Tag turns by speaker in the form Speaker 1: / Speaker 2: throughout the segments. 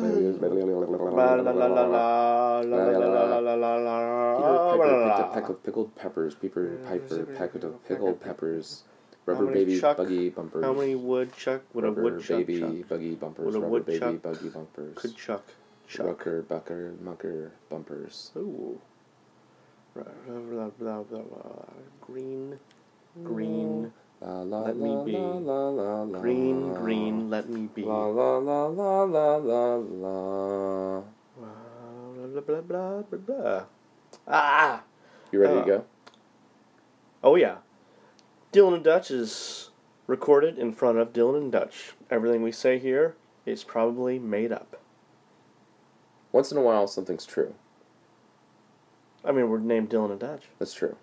Speaker 1: La la la la la la la la la la la
Speaker 2: Peter Piper
Speaker 1: la.
Speaker 2: picked a pack of pickled peppers. Peter Piper packed a pickled peppers.
Speaker 1: How
Speaker 2: Rubber
Speaker 1: many
Speaker 2: baby
Speaker 1: chuck-
Speaker 2: buggy bumpers.
Speaker 1: How many woodchuck would a
Speaker 2: rubber
Speaker 1: woodchuck
Speaker 2: baby
Speaker 1: chuck?
Speaker 2: buggy bumpers?
Speaker 1: Would a
Speaker 2: Rubber baby
Speaker 1: woodchuck
Speaker 2: buggy bumpers.
Speaker 1: Could chuck. Chuck.
Speaker 2: Rucker bucker mucker bumpers.
Speaker 1: Ooh. Blah, blah, blah, blah, blah. Green, green,
Speaker 2: La la
Speaker 1: Let
Speaker 2: la
Speaker 1: me be.
Speaker 2: la la la la.
Speaker 1: green, green, let me be.
Speaker 2: La
Speaker 1: Blah,
Speaker 2: la la la la la la.
Speaker 1: blah, blah, blah, blah, blah. Ah!
Speaker 2: You ready
Speaker 1: Uh,
Speaker 2: to go?
Speaker 1: Oh, yeah. Dylan and Dutch is recorded in front of Dylan and Dutch. Everything we say here is probably made up.
Speaker 2: Once in a while, something's true.
Speaker 1: I mean, we're named Dylan and Dutch.
Speaker 2: That's true.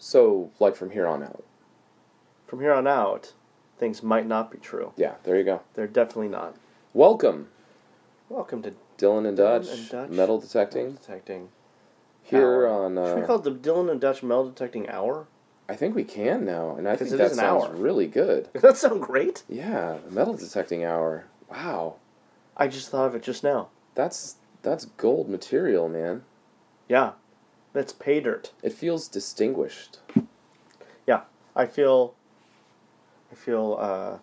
Speaker 2: So, like from here on out.
Speaker 1: From here on out, things might not be true.
Speaker 2: Yeah, there you go.
Speaker 1: They're definitely not.
Speaker 2: Welcome,
Speaker 1: Welcome to
Speaker 2: Dylan and
Speaker 1: Dylan
Speaker 2: Dutch,
Speaker 1: and Dutch.
Speaker 2: Metal Detecting.
Speaker 1: Detecting.
Speaker 2: Here
Speaker 1: Hour.
Speaker 2: on, uh,
Speaker 1: Should we call it the Dylan and Dutch Metal Detecting Hour?
Speaker 2: I think we can now, and I
Speaker 1: Because
Speaker 2: think
Speaker 1: it
Speaker 2: that
Speaker 1: is an
Speaker 2: sounds
Speaker 1: hour.
Speaker 2: really good.
Speaker 1: Does that sound great?
Speaker 2: Yeah, the Metal Detecting Hour. Wow,
Speaker 1: I just thought of it just now.
Speaker 2: that's that's gold material, man.
Speaker 1: Yeah. That's pay dirt.
Speaker 2: It feels distinguished.
Speaker 1: Yeah. I feel I feel uh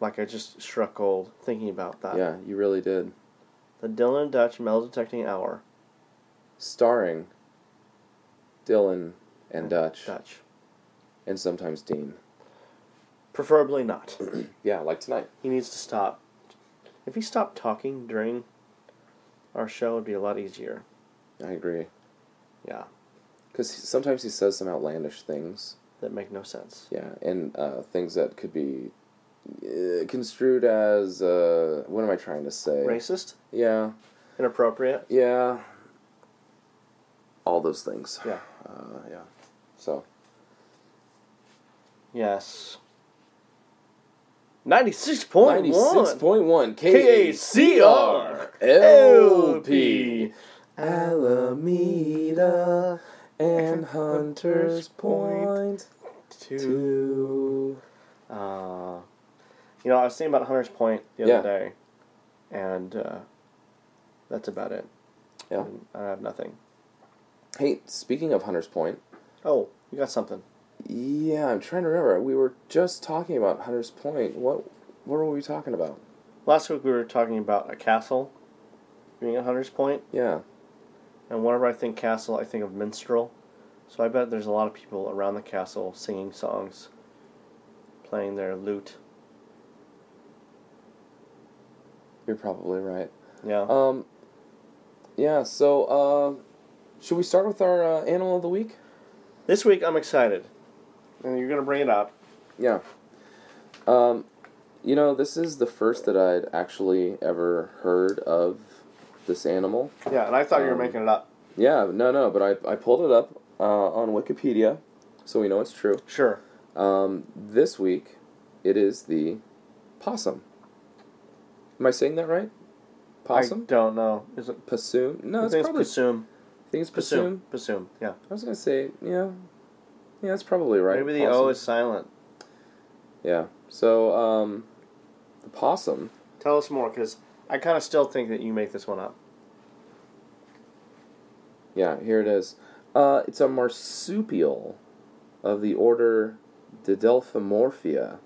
Speaker 1: like I just struck gold thinking about that.
Speaker 2: Yeah, you really did.
Speaker 1: The Dylan and Dutch Metal Detecting Hour.
Speaker 2: Starring Dylan and Dutch,
Speaker 1: Dutch.
Speaker 2: and sometimes Dean.
Speaker 1: Preferably not.
Speaker 2: Yeah, like tonight.
Speaker 1: He needs to stop. If he stopped talking during our show, it'd be a lot easier.
Speaker 2: I agree.
Speaker 1: Yeah,
Speaker 2: Because sometimes he says some outlandish things.
Speaker 1: that make no sense.
Speaker 2: Yeah, and uh, things that could be uh, construed as uh, what am I trying to say?
Speaker 1: Racist,
Speaker 2: Yeah,
Speaker 1: inappropriate.
Speaker 2: yeah. All those things.
Speaker 1: Yeah.
Speaker 2: Uh, yeah. So
Speaker 1: Yes. Ninety-six point
Speaker 2: ninety-six
Speaker 1: one.
Speaker 2: point one
Speaker 1: K A
Speaker 2: K
Speaker 1: C R L P.
Speaker 2: LP Alameda and Hunters Point
Speaker 1: Two.
Speaker 2: Two.
Speaker 1: Uh, you know, I was thinking about Hunter's Point the other
Speaker 2: Yeah.
Speaker 1: day, and uh, that's about it.
Speaker 2: Yeah.
Speaker 1: I have nothing.
Speaker 2: Hey, speaking of Hunters Point,
Speaker 1: Oh, you got something.
Speaker 2: Yeah, I'm trying to remember. We were just talking about Hunter's Point. What what were we talking about?
Speaker 1: Last week we were talking about a castle being at Hunter's Point,
Speaker 2: Yeah.
Speaker 1: and whenever I think castle, I think of minstrel. So I bet there's a lot of people around the castle singing songs, playing their lute.
Speaker 2: You're probably right.
Speaker 1: Yeah.
Speaker 2: Um Yeah, so uh should we start with our uh, animal of the week?
Speaker 1: this week I'm excited, and you're gonna bring it up.
Speaker 2: Yeah. Um you know, this is the first that I'd actually ever heard of this animal.
Speaker 1: Yeah, and I thought you were
Speaker 2: Um,
Speaker 1: making it up.
Speaker 2: Yeah, no, no, but I I pulled it up uh, on Wikipedia, so we know it's true.
Speaker 1: Sure.
Speaker 2: Um, this week, it is the possum. Am I saying that right?
Speaker 1: I
Speaker 2: Possum?
Speaker 1: don't know. Is it?
Speaker 2: Passoon? No,
Speaker 1: I
Speaker 2: it's
Speaker 1: think
Speaker 2: probably.
Speaker 1: it's Pasum.
Speaker 2: I think it's
Speaker 1: Pasum.
Speaker 2: Passoon.
Speaker 1: Pasum. Yeah.
Speaker 2: I was gonna say, yeah, yeah, that's probably right.
Speaker 1: Maybe the O
Speaker 2: possum.
Speaker 1: is silent.
Speaker 2: Yeah. So, um, the possum.
Speaker 1: Tell us more, because I kind of still think that you make this one up.
Speaker 2: Yeah, here it is. Uh, it's a marsupial of the order Didelphimorphia.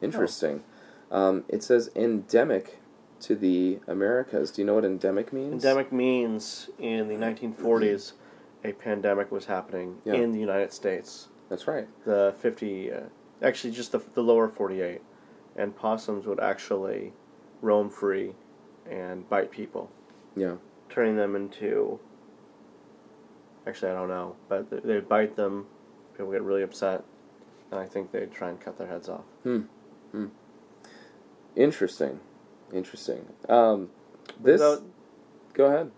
Speaker 2: Interesting. Um, it says endemic to the Americas. Do you know what endemic means?
Speaker 1: Pandemic means in the 1940s, a pandemic was happening
Speaker 2: Yeah.
Speaker 1: in the United States.
Speaker 2: That's right.
Speaker 1: The 50, uh, actually just the, the lower 48, and possums would actually roam free and bite people,
Speaker 2: Yeah.
Speaker 1: turning them into. Actually, I don't know, but they- they bite them. People get really upset, and I think they try and cut their heads off.
Speaker 2: Interesting. Interesting. Um, this.
Speaker 1: Though,
Speaker 2: Go ahead.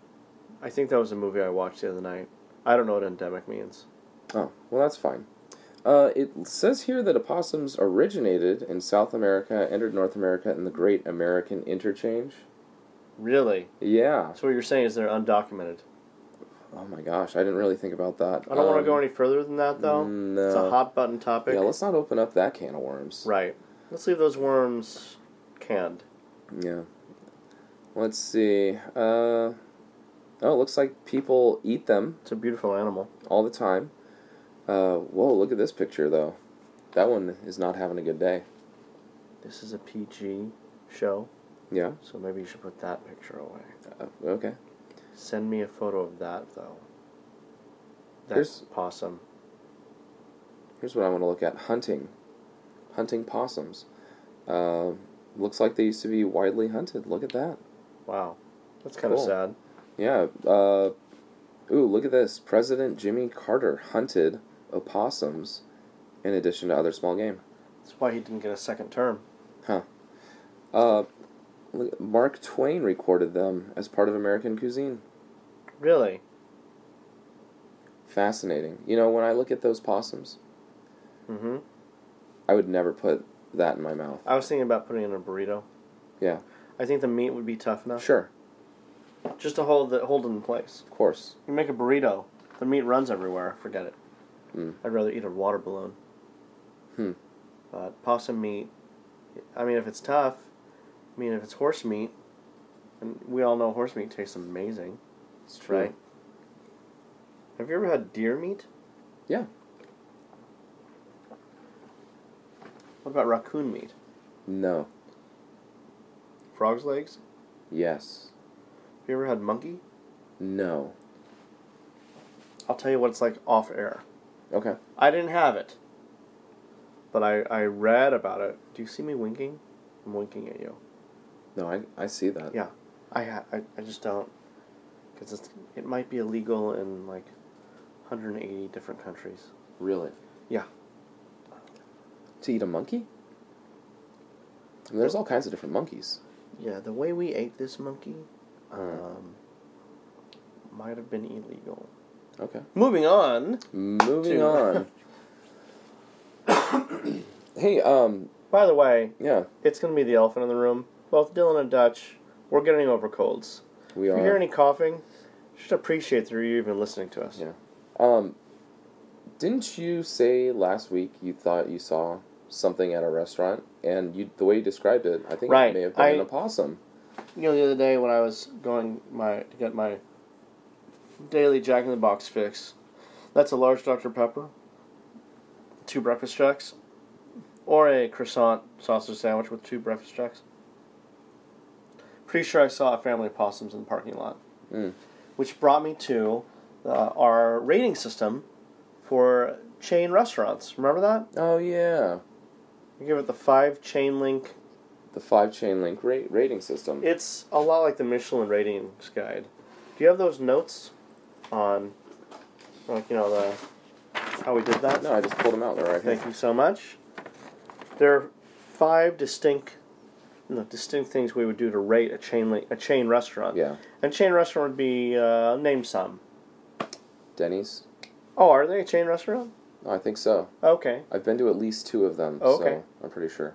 Speaker 1: I think that was a movie I watched the other night. I don't know what endemic means.
Speaker 2: Oh, well, that's fine. Uh, it says here that opossums originated in South America, entered North America in the Great American Interchange.
Speaker 1: Really?
Speaker 2: Yeah.
Speaker 1: So what you're saying is they're undocumented.
Speaker 2: Oh my gosh, I didn't really think about that. Um,
Speaker 1: I don't want to go any further than that, though.
Speaker 2: mm, no.
Speaker 1: It's a hot button topic.
Speaker 2: Yeah, let's not open up that can of worms.
Speaker 1: right. Let's leave those worms canned.
Speaker 2: Yeah. Let's see. Uh, oh, it looks like people eat them
Speaker 1: It's a beautiful animal.
Speaker 2: all the time. Uh, whoa, look at this picture, though. That one is not having a good day.
Speaker 1: This is a PG show,
Speaker 2: Yeah?
Speaker 1: so maybe you should put that picture away.
Speaker 2: Uh, okay.
Speaker 1: Send me a photo of that though. That's
Speaker 2: There's-
Speaker 1: possum.
Speaker 2: Here's what I want to look at hunting. Hunting possums. Uh, looks like they used to be widely hunted. Look at that.
Speaker 1: Wow, that's kind of
Speaker 2: Cool.
Speaker 1: sad.
Speaker 2: Yeah. Uh, ooh, look at this. President Jimmy Carter hunted opossums in addition to other small game.
Speaker 1: That's why he didn't get a second term.
Speaker 2: Uh, look- Mark Twain recorded them as part of American cuisine.
Speaker 1: Really?
Speaker 2: Fascinating. You know, when I look at those possums,
Speaker 1: Mm-hmm.
Speaker 2: I would never put that in my mouth.
Speaker 1: I was thinking about putting it in a burrito.
Speaker 2: Yeah.
Speaker 1: I think the meat would be tough enough.
Speaker 2: Sure,
Speaker 1: Just to hold it, hold it in place.
Speaker 2: of course.
Speaker 1: You make a burrito, the meat runs everywhere. Forget it.
Speaker 2: Mm.
Speaker 1: I'd rather eat a water balloon.
Speaker 2: Hmm.
Speaker 1: But possum meat, I mean, if it's tough, I mean, if it's horse meat, and we all know horse meat tastes amazing,
Speaker 2: It's
Speaker 1: right? Have you ever had deer meat?
Speaker 2: Yeah.
Speaker 1: What about raccoon meat?
Speaker 2: No.
Speaker 1: Frog's legs?
Speaker 2: Yes.
Speaker 1: Have you ever had monkey?
Speaker 2: No.
Speaker 1: I'll tell you what it's like off air.
Speaker 2: Okay.
Speaker 1: I didn't have it. But I, I read about it. Do you see me winking? I'm winking at you.
Speaker 2: No, I, I see that.
Speaker 1: Yeah. I ha- I, I just don't. Because it might be illegal in like 180 different countries.
Speaker 2: Really?
Speaker 1: Yeah.
Speaker 2: To eat a monkey? I mean, there's all kinds of different monkeys.
Speaker 1: Yeah, the way we ate this monkey
Speaker 2: Mm.
Speaker 1: um, might have been illegal.
Speaker 2: Okay.
Speaker 1: Moving on.
Speaker 2: Moving
Speaker 1: Two.
Speaker 2: on. hey, um,
Speaker 1: By the way,
Speaker 2: yeah,
Speaker 1: it's going to be the elephant in the room. Both Dylan and Dutch, we're getting over colds.
Speaker 2: we
Speaker 1: If
Speaker 2: are.
Speaker 1: you hear any coughing, just appreciate that you're even listening to us.
Speaker 2: Yeah. Um, didn't you say last week you thought you saw something at a restaurant, and you the way you described it, I think
Speaker 1: Right.
Speaker 2: it may have been
Speaker 1: I-
Speaker 2: an opossum.
Speaker 1: You know, the other day when I was going my to get my daily Jack in the Box fix, that's a large Dr Pepper, two breakfast jacks, or a croissant sausage sandwich with two breakfast jacks. Pretty sure I saw a family of possums in the parking lot,
Speaker 2: Mm.
Speaker 1: which brought me to uh, our rating system for chain restaurants. Remember that?
Speaker 2: Oh yeah,
Speaker 1: You give it the five chain link
Speaker 2: the five chain link rate rating system.
Speaker 1: It's a lot like the Michelin ratings guide. Do you have those notes on, like you know the how we did that?
Speaker 2: no, I just pulled them out. They're right here.
Speaker 1: Thank you so much. There are five distinct, no, distinct things we would do to rate a chain link, a chain restaurant.
Speaker 2: Yeah,
Speaker 1: And chain restaurant would be uh, name some.
Speaker 2: Denny's.
Speaker 1: Oh, are they a chain restaurant?
Speaker 2: Oh, I think so.
Speaker 1: Okay.
Speaker 2: I've been to at least two of them.
Speaker 1: Oh, Okay.
Speaker 2: so I'm pretty sure.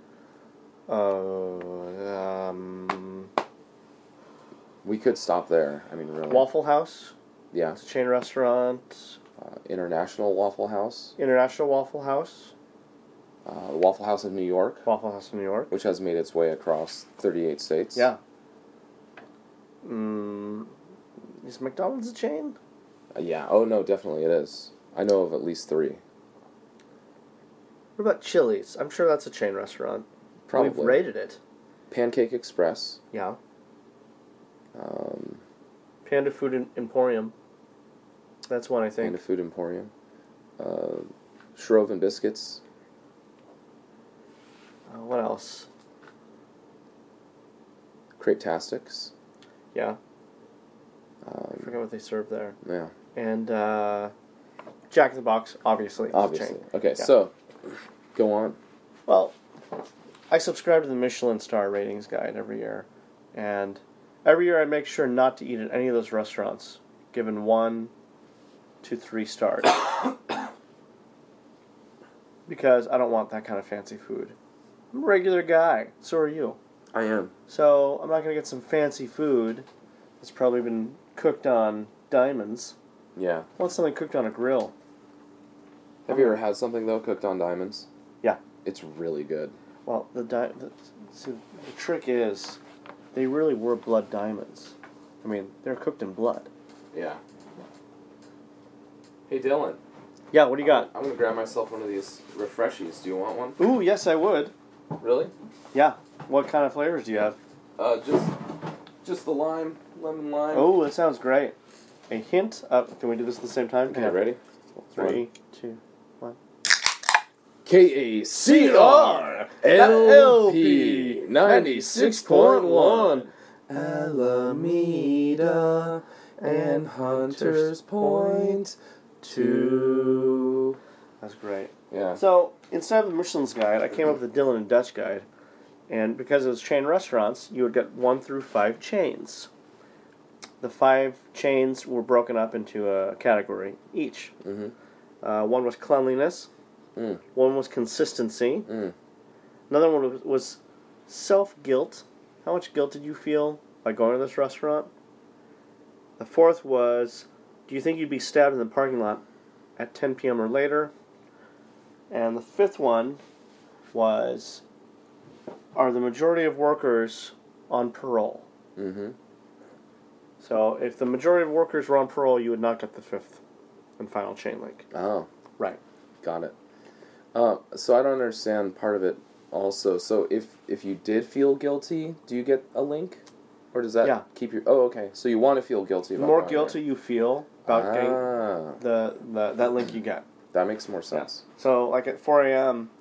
Speaker 1: Uh, um,
Speaker 2: We could stop there. I mean, really.
Speaker 1: Waffle House.
Speaker 2: Yeah.
Speaker 1: It's a chain restaurant.
Speaker 2: Uh, International Waffle House.
Speaker 1: International Waffle House.
Speaker 2: Uh, Waffle House of New York,
Speaker 1: Waffle House in New York.
Speaker 2: which has made its way across 38 states.
Speaker 1: Yeah. Mm, is McDonald's a chain?
Speaker 2: Uh, yeah. Oh no, definitely it is. I know of at least three.
Speaker 1: What about Chili's? I'm sure that's a chain restaurant.
Speaker 2: Probably.
Speaker 1: We've rated it.
Speaker 2: Pancake Express.
Speaker 1: Yeah.
Speaker 2: Um,
Speaker 1: Panda Food em- Emporium. That's one I think.
Speaker 2: Panda Food Emporium. Uh, Shrove and Biscuits.
Speaker 1: Uh, what else?
Speaker 2: Crepe Tastics.
Speaker 1: Yeah. I
Speaker 2: Um,
Speaker 1: forget what they serve there.
Speaker 2: yeah.
Speaker 1: And uh, Jack in the Box, obviously. is a
Speaker 2: Obviously.
Speaker 1: chain.
Speaker 2: Okay.
Speaker 1: Yeah.
Speaker 2: So, go on.
Speaker 1: Well, I subscribe to the Michelin star ratings guide every year, and every year I make sure not to eat at any of those restaurants given one to three stars. because I don't want that kind of fancy food. I'm a regular guy, so are you.
Speaker 2: I am.
Speaker 1: So I'm not going to get some fancy food that's probably been cooked on diamonds.
Speaker 2: Yeah.
Speaker 1: I want something cooked on a grill.
Speaker 2: Have you ever had something though cooked on diamonds?
Speaker 1: Yeah.
Speaker 2: It's really good.
Speaker 1: Well, the, di- the see, the trick is they really were blood diamonds. I mean, they're cooked in blood.
Speaker 2: Yeah. Hey Dylan.
Speaker 1: Yeah, what do you got?
Speaker 2: I'm gonna grab myself one of these refreshies. Do you want one?
Speaker 1: Ooh, yes, I would.
Speaker 2: Really?
Speaker 1: Yeah. What kind of flavors do you have?
Speaker 2: Uh, just, just the lime, lemon lime.
Speaker 1: Oh, that sounds great. A hint of. Can we do this at the same time?
Speaker 2: Okay, ready?
Speaker 1: Three, two.
Speaker 2: K A C R L P ninety six point one. Alameda and Hunters Point two.
Speaker 1: That's great.
Speaker 2: Yeah.
Speaker 1: So instead of the Michelin's Guide, I came up with the Dylan and Dutch Guide, and because it was chain restaurants, you would get one through five chains. The five chains were broken up into a category each.
Speaker 2: Mhm.
Speaker 1: Uh, one was cleanliness.
Speaker 2: Mm.
Speaker 1: One was consistency.
Speaker 2: Mm.
Speaker 1: Another one was, was self guilt. How much guilt did you feel by going to this restaurant? The fourth was, do you think you'd be stabbed in the parking lot at 10 p.m. or later? And the fifth one was, are the majority of workers on parole?
Speaker 2: Mm-hmm.
Speaker 1: So if the majority of workers were on parole, you would not get the fifth and final chain link.
Speaker 2: Oh.
Speaker 1: Right.
Speaker 2: Got it. Uh, so I don't understand part of it. Also, so if if you did feel guilty, do you get a link, or does that
Speaker 1: Yeah.
Speaker 2: keep your? Oh, okay. So you want to feel guilty.
Speaker 1: The
Speaker 2: About
Speaker 1: more
Speaker 2: going
Speaker 1: guilty you feel
Speaker 2: there.
Speaker 1: about getting
Speaker 2: ah,
Speaker 1: the, the, that link you get.
Speaker 2: that makes more sense.
Speaker 1: So, like at 4 a.m.,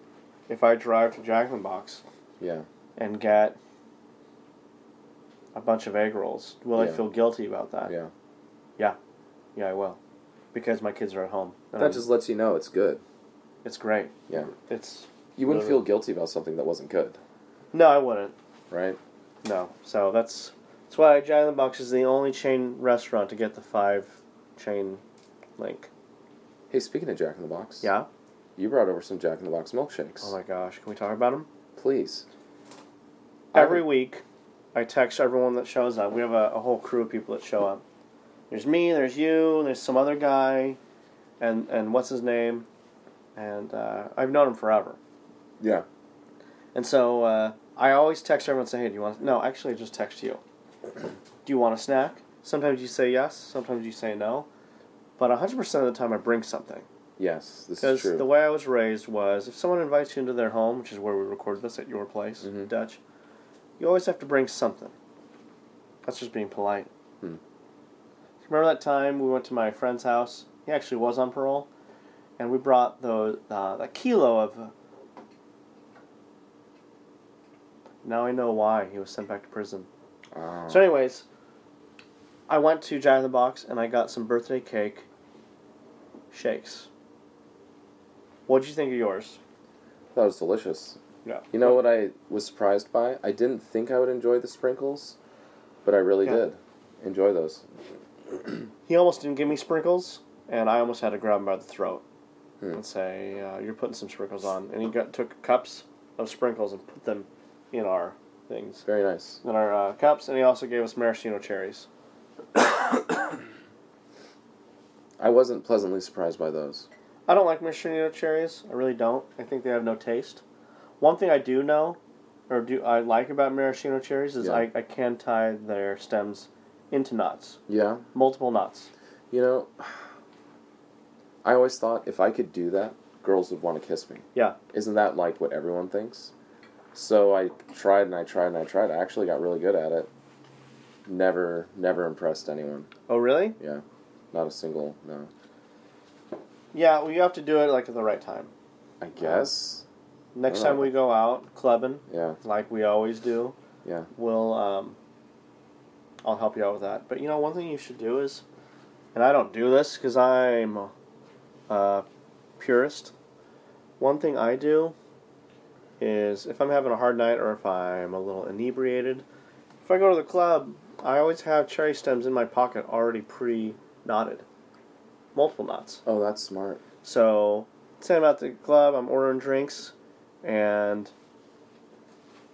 Speaker 1: if I drive to Jack in the Box
Speaker 2: Yeah.
Speaker 1: and get a bunch of egg rolls, will I
Speaker 2: Yeah.
Speaker 1: feel guilty about
Speaker 2: Yeah.
Speaker 1: that? Yeah, I will. Because my kids are at home. And I'm-
Speaker 2: That just lets you know it's good.
Speaker 1: It's great.
Speaker 2: Um, Yeah.
Speaker 1: It's.
Speaker 2: You wouldn't
Speaker 1: Literally.
Speaker 2: feel guilty about something that wasn't good,
Speaker 1: No, I wouldn't.
Speaker 2: right?
Speaker 1: No. So, that's. That's why Jack in the Box is the only chain restaurant to get the five chain link.
Speaker 2: Hey, speaking of Jack in the Box,
Speaker 1: Yeah?
Speaker 2: you brought over some Jack in the Box milkshakes.
Speaker 1: Oh my gosh. Can we talk about them?
Speaker 2: Please. I
Speaker 1: Every
Speaker 2: would-
Speaker 1: week, I text everyone that shows up. We have a, a whole crew of people that show up. There's me, there's you, there's some other guy, and and what's his name, and uh, I've known him forever.
Speaker 2: Yeah.
Speaker 1: And so uh, I always text everyone and say, "Hey, do you want?" No, actually, I just text you. Do you want a snack? Sometimes you say yes, sometimes you say no, but 100% of the time I bring something.
Speaker 2: Yes, this is
Speaker 1: Because
Speaker 2: true.
Speaker 1: the way I was raised was, if someone invites you into their home, which is where we recorded this at your place,
Speaker 2: Mhm.
Speaker 1: Dutch, you always have to bring something. That's just being polite.
Speaker 2: Hmm.
Speaker 1: Remember that time we went to my friend's house? He actually was on parole, and we brought the uh, a kilo of. Now I know why he was sent back to prison.
Speaker 2: Ah.
Speaker 1: So, anyways, I went to Jack in the Box and I got some birthday cake shakes. What did you think of yours?
Speaker 2: That was delicious.
Speaker 1: Yeah.
Speaker 2: You know what I was surprised by? I didn't think I would enjoy the sprinkles, but I really
Speaker 1: Yeah.
Speaker 2: did enjoy those.
Speaker 1: He almost didn't give me sprinkles, and I almost had to grab him by the throat
Speaker 2: Hmm.
Speaker 1: and say, uh, "You're putting some sprinkles on." And he got took cups of sprinkles and put them in our things,
Speaker 2: Very nice.
Speaker 1: in our uh, cups, and he also gave us maraschino cherries.
Speaker 2: I wasn't pleasantly surprised by those.
Speaker 1: I don't like maraschino cherries. I really don't. I think they have no taste. One thing I do know, or do I like about maraschino cherries is
Speaker 2: Yeah.
Speaker 1: I, I can tie their stems into knots,
Speaker 2: Yeah.
Speaker 1: multiple knots.
Speaker 2: You know, I always thought if I could do that, girls would want to kiss me.
Speaker 1: Yeah,
Speaker 2: Isn't that like what everyone thinks? So I tried and I tried and I tried. I actually got really good at it. Never, never impressed anyone.
Speaker 1: Oh, really?
Speaker 2: Yeah. Not a single, no.
Speaker 1: Yeah, well, you have to do it like at the right time.
Speaker 2: I guess.
Speaker 1: Next
Speaker 2: Oh.
Speaker 1: time we go out clubbing,
Speaker 2: Yeah,
Speaker 1: like we always do,
Speaker 2: yeah.
Speaker 1: we'll um, I'll help you out with that. But you know, one thing you should do is, and I don't do this because I'm a uh, purist. One thing I do is if I'm having a hard night or if I'm a little inebriated, if I go to the club, I always have cherry stems in my pocket already pre knotted, multiple knots.
Speaker 2: Oh, that's smart.
Speaker 1: So, say I'm at the club, I'm ordering drinks, and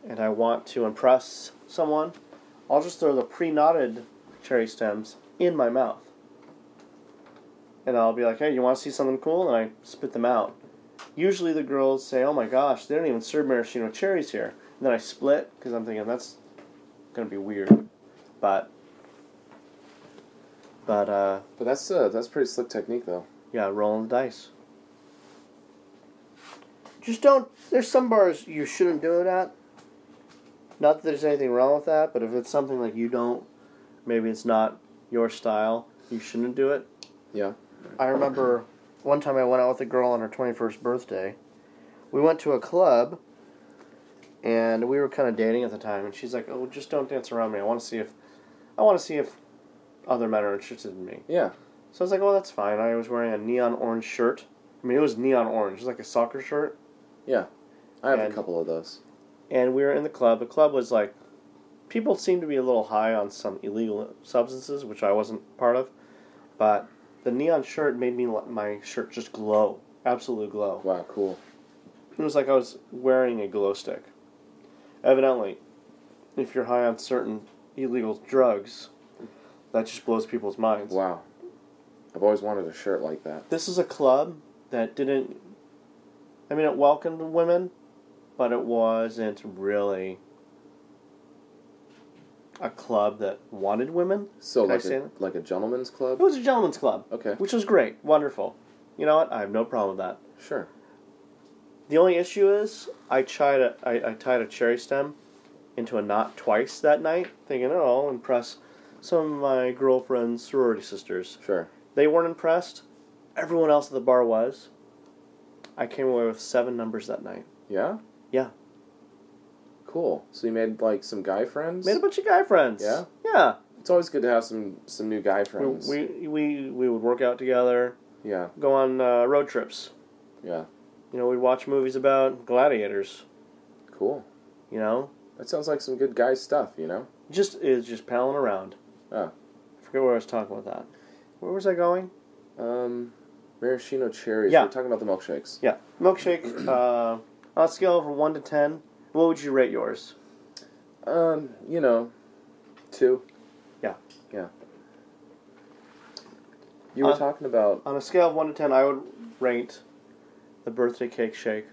Speaker 1: and I want to impress someone, I'll just throw the pre-knotted cherry stems in my mouth, and I'll be like, "Hey, you want to see something cool?" And I spit them out. Usually, the girls say, "Oh my gosh, they don't even serve maraschino cherries here." And then I split because I'm thinking that's gonna be weird, but but uh,
Speaker 2: But that's uh, that's pretty slick technique though.
Speaker 1: yeah, rolling the dice. Just don't. There's some bars you shouldn't do it at. Not that there's anything wrong with that, but if it's something like you don't, maybe it's not your style. You shouldn't do it.
Speaker 2: Yeah.
Speaker 1: I remember one time I went out with a girl on her 21st birthday. We went to a club and we were kind of dating at the time and she's like, "Oh, just don't dance around me. I want to see if I want to see if other men are interested in me."
Speaker 2: Yeah.
Speaker 1: So I was like, "Oh, that's fine." I was wearing a neon orange shirt. I mean, it was neon orange. It was like a soccer shirt.
Speaker 2: Yeah. I have
Speaker 1: And-
Speaker 2: a couple of those.
Speaker 1: And we were in the club. The club was like people seemed to be a little high on some illegal substances, which I wasn't part of, but the neon shirt made me let my shirt just glow. Absolute glow.
Speaker 2: Wow, cool.
Speaker 1: It was like I was wearing a glow stick. Evidently, if you're high on certain illegal drugs, that just blows people's minds.
Speaker 2: Wow. I've always wanted a shirt like that.
Speaker 1: This is a club that didn't. I mean, it welcomed women, but it wasn't really a club that wanted women.
Speaker 2: So
Speaker 1: Can I
Speaker 2: like
Speaker 1: say
Speaker 2: a,
Speaker 1: that?
Speaker 2: like a gentleman's club?
Speaker 1: It was a gentleman's club.
Speaker 2: Okay.
Speaker 1: Which was great. Wonderful. You know what? I have no problem with that.
Speaker 2: Sure.
Speaker 1: The only issue is I tried a, I, I tied a cherry stem into a knot twice that night, thinking, oh, I'll impress some of my girlfriend's sorority sisters.
Speaker 2: Sure.
Speaker 1: They weren't impressed. Everyone else at the bar was. I came away with seven numbers that night.
Speaker 2: Yeah?
Speaker 1: Yeah.
Speaker 2: Cool. So you made like some guy friends?
Speaker 1: Made a bunch of guy friends.
Speaker 2: Yeah?
Speaker 1: Yeah.
Speaker 2: It's always good to have some some new guy
Speaker 1: We,
Speaker 2: friends.
Speaker 1: we, we, we would work out together,
Speaker 2: yeah,
Speaker 1: go on uh, road trips.
Speaker 2: yeah.
Speaker 1: You know, we'd watch movies about gladiators,
Speaker 2: Cool.
Speaker 1: you know?
Speaker 2: That sounds like some good guy stuff, you know?
Speaker 1: Just, it was just palling around.
Speaker 2: Oh.
Speaker 1: I forget where I was talking about that. Where was I going?
Speaker 2: Um maraschino cherries.
Speaker 1: Yeah.
Speaker 2: We're talking about the milkshakes.
Speaker 1: Yeah, milkshake. Uh, on a scale of one to ten, what would you rate yours?
Speaker 2: Um, you know, two.
Speaker 1: Yeah.
Speaker 2: Yeah. You were
Speaker 1: Uh,
Speaker 2: talking about
Speaker 1: On a scale of one to ten, I would rate the birthday cake shake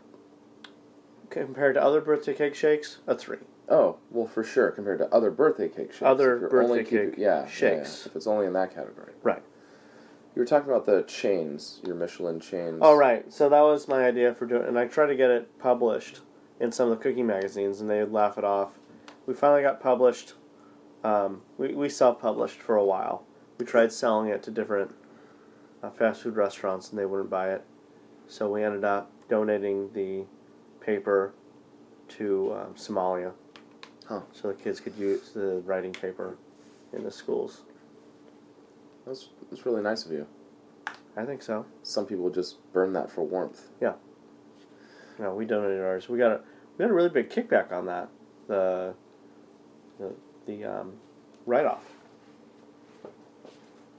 Speaker 1: compared to other birthday cake shakes a three.
Speaker 2: oh well for sure compared to other birthday cake shakes.
Speaker 1: Other
Speaker 2: if you're
Speaker 1: birthday
Speaker 2: only keeping-
Speaker 1: cake
Speaker 2: yeah, yeah,
Speaker 1: shakes.
Speaker 2: Yeah, if it's only in that category.
Speaker 1: Right.
Speaker 2: You were talking about the chains, your Michelin chains.
Speaker 1: All Oh, right. So that was my idea for doing, and I tried to get it published in some of the cooking magazines, and they would laugh it off. We finally got published. Um, we we self published for a while. We tried selling it to different uh, fast food restaurants, and they wouldn't buy it. So we ended up donating the paper to um, Somalia,
Speaker 2: Huh.
Speaker 1: so the kids could use the writing paper in the schools.
Speaker 2: That's that's really nice of you.
Speaker 1: I think so.
Speaker 2: Some people just burn that for warmth.
Speaker 1: No, we donated ours. We got a we got a really big kickback on that. The the the um, write off.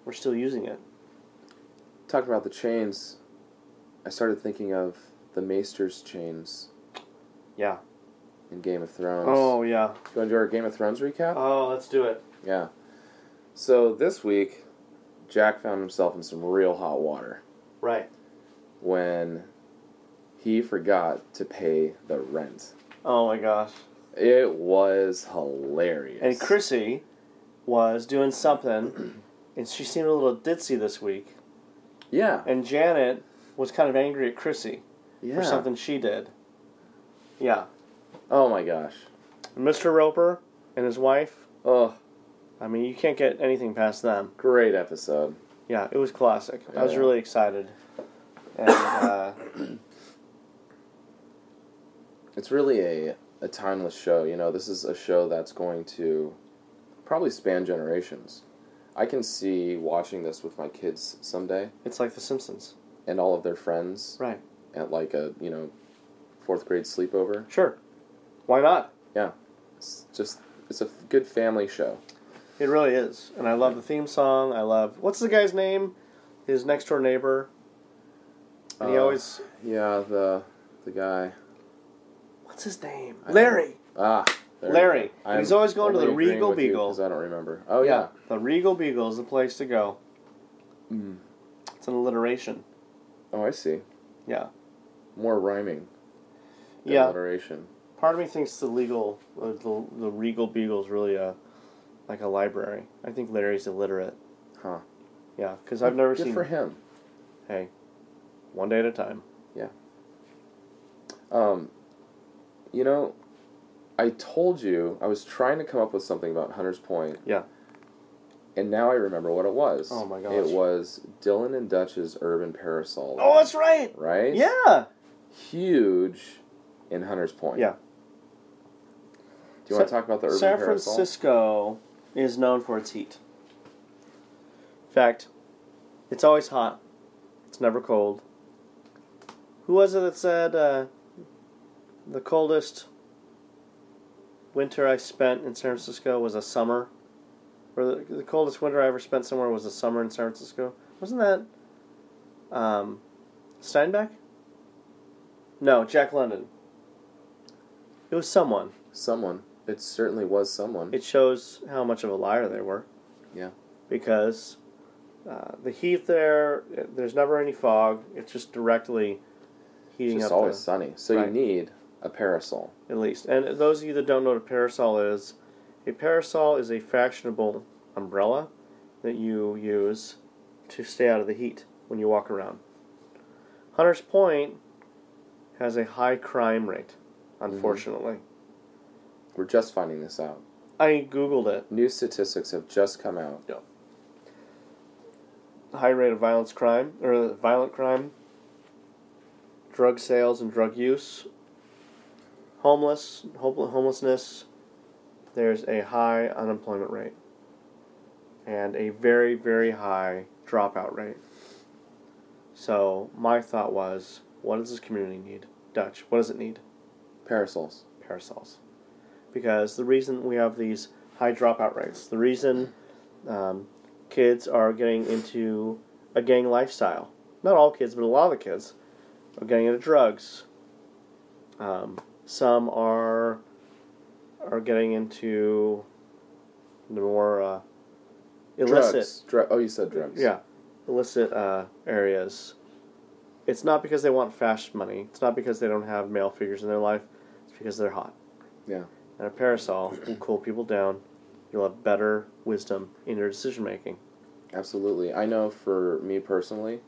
Speaker 1: We're still using it.
Speaker 2: Talking about the chains, I started thinking of the Maester's chains
Speaker 1: Yeah.
Speaker 2: in Game of Thrones.
Speaker 1: Oh yeah.
Speaker 2: Do you want to do our Game of Thrones recap?
Speaker 1: Oh, let's do it.
Speaker 2: Yeah. So this week, Jack found himself in some real hot water
Speaker 1: Right.
Speaker 2: when he forgot to pay the rent.
Speaker 1: Oh my gosh.
Speaker 2: It was hilarious.
Speaker 1: And Chrissy was doing something, and she seemed a little ditzy this week.
Speaker 2: Yeah.
Speaker 1: And Janet was kind of angry at Chrissy
Speaker 2: Yeah.
Speaker 1: for something she did. Yeah.
Speaker 2: Oh my gosh.
Speaker 1: Mr. Roper and his wife.
Speaker 2: Oh,
Speaker 1: I mean, you can't get anything past them.
Speaker 2: great episode.
Speaker 1: Yeah, it was classic. I was
Speaker 2: Yeah.
Speaker 1: really excited. And uh,
Speaker 2: It's really a, a timeless show. You know, this is a show that's going to probably span generations. I can see watching this with my kids someday
Speaker 1: it's like The Simpsons.
Speaker 2: and all of their friends
Speaker 1: Right.
Speaker 2: at like a, you know, fourth grade sleepover.
Speaker 1: Sure. Why not?
Speaker 2: It's just, it's a f- good family show.
Speaker 1: It really is. And I love the theme song. I love. What's the guy's name? His next door neighbor. And he
Speaker 2: Uh,
Speaker 1: always.
Speaker 2: Yeah, the the guy.
Speaker 1: What's his name?
Speaker 2: I don't-
Speaker 1: Larry.
Speaker 2: Ah, there you
Speaker 1: Larry.
Speaker 2: go.
Speaker 1: And he's
Speaker 2: I'm
Speaker 1: always going to
Speaker 2: only
Speaker 1: the
Speaker 2: agreeing
Speaker 1: Regal
Speaker 2: with you
Speaker 1: Beagle.
Speaker 2: 'cause I don't remember. Oh, yeah.
Speaker 1: The Regal Beagle is the place to go.
Speaker 2: Mm.
Speaker 1: It's an alliteration.
Speaker 2: Oh, I see.
Speaker 1: Yeah.
Speaker 2: More rhyming than
Speaker 1: Yeah.
Speaker 2: alliteration.
Speaker 1: Part of me thinks the legal, uh, the, the regal beagle's really a, like a library. I think Larry's illiterate.
Speaker 2: Huh.
Speaker 1: Yeah, because I've never
Speaker 2: Good
Speaker 1: seen.
Speaker 2: for him.
Speaker 1: Hey, one day at a time.
Speaker 2: Um, you know, I told you I was trying to come up with something about Hunter's Point.
Speaker 1: Yeah.
Speaker 2: And now I remember what it was.
Speaker 1: Oh my gosh.
Speaker 2: It was Dylan and Dutch's Urban Parasol.
Speaker 1: Oh, that's right.
Speaker 2: right.
Speaker 1: Yeah.
Speaker 2: Huge in Hunter's Point.
Speaker 1: Yeah.
Speaker 2: Do you want to
Speaker 1: Sa-
Speaker 2: talk about the Urban
Speaker 1: San
Speaker 2: Parasol?
Speaker 1: Francisco is known for its heat. In fact, it's always hot. It's never cold. Who was it that said uh, the coldest winter I spent in San Francisco was a summer? Or the, the coldest winter I ever spent somewhere was a summer in San Francisco? Wasn't that um, Steinbeck? No, Jack London. It was someone.
Speaker 2: Someone. It certainly was someone.
Speaker 1: It shows how much of a liar they were.
Speaker 2: Yeah.
Speaker 1: Because uh, the heat there, there's never any fog. It's just directly
Speaker 2: it's
Speaker 1: heating
Speaker 2: just
Speaker 1: up
Speaker 2: always sunny. So
Speaker 1: Right.
Speaker 2: you need a parasol.
Speaker 1: the, at least. And those of you that don't know what a parasol is, a parasol is a fashionable umbrella that you use to stay out of the heat when you walk around. Hunters Point has a high crime rate,
Speaker 2: Mm-hmm.
Speaker 1: unfortunately.
Speaker 2: We're just finding this out.
Speaker 1: I googled it.
Speaker 2: New statistics have just come out.
Speaker 1: high rate of violence crime or violent crime, drug sales and drug use, homeless, hopel- homelessness. There's a high unemployment rate and a very very high dropout rate. So my thought was, what does this community need? Dutch, what does it need?
Speaker 2: Parasols.
Speaker 1: parasols. Because the reason we have these high dropout rates, the reason um, kids are getting into a gang lifestyle, not all kids, but a lot of the kids are getting into drugs. Um, some are are getting into the more uh, illicit
Speaker 2: Drugs. Dru- oh, you said drugs.
Speaker 1: yeah, illicit uh, areas. It's not because they want fast money. It's not because they don't have male figures in their life. It's because they're hot.
Speaker 2: Yeah.
Speaker 1: And a parasol will cool people down. You'll have better wisdom in your decision making.
Speaker 2: Absolutely. I know for me personally,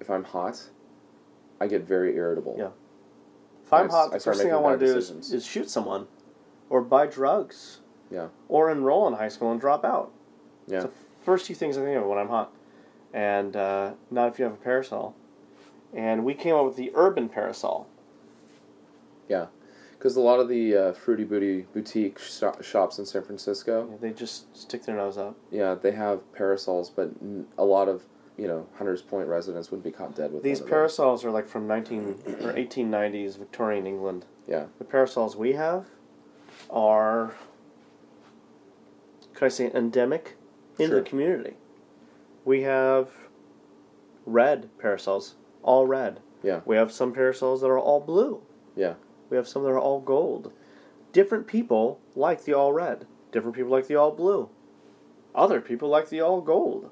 Speaker 2: if I'm hot, I get very irritable.
Speaker 1: Yeah. If
Speaker 2: I
Speaker 1: I'm
Speaker 2: s-
Speaker 1: hot,
Speaker 2: I
Speaker 1: the
Speaker 2: start
Speaker 1: first thing I
Speaker 2: making
Speaker 1: want
Speaker 2: bad
Speaker 1: to do is,
Speaker 2: decisions.
Speaker 1: is shoot someone, or buy drugs,
Speaker 2: Yeah.
Speaker 1: or enroll in high school and drop out.
Speaker 2: Yeah.
Speaker 1: It's the first two things I think of when I'm hot, and uh, not if you have a parasol. And we came up with the urban parasol.
Speaker 2: Yeah. Because a lot of the uh, fruity booty boutique sho shops in San Francisco,
Speaker 1: They just stick their nose up.
Speaker 2: yeah, they have parasols, but n- a lot of you know Hunters Point residents would be caught dead with
Speaker 1: These
Speaker 2: one of those.
Speaker 1: parasols are like from 19 or 1890s Victorian England.
Speaker 2: Yeah.
Speaker 1: The parasols we have are could I say endemic in
Speaker 2: Sure.
Speaker 1: the community. We have red parasols, all red.
Speaker 2: Yeah.
Speaker 1: We have some parasols that are all blue.
Speaker 2: Yeah.
Speaker 1: We have some that are all gold. Different people like the all red. Different people like the all blue. Other people like the all gold.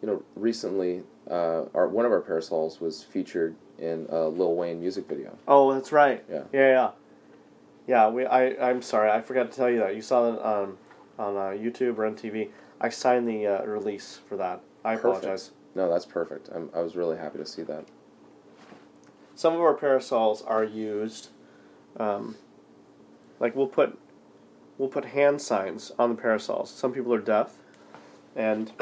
Speaker 2: You know, recently, uh, our one of our parasols was featured in a Lil Wayne music video.
Speaker 1: Oh, that's right.
Speaker 2: Yeah.
Speaker 1: Yeah, yeah. Yeah, we I I'm sorry. I forgot to tell you that. You saw that on on uh, YouTube or on TV. I signed the uh, release for that. I
Speaker 2: Perfect.
Speaker 1: apologize.
Speaker 2: No, that's perfect. I'm, I was really happy to see that.
Speaker 1: Some of our parasols are used um, like we'll put we'll put hand signs on the parasols. Some people are deaf and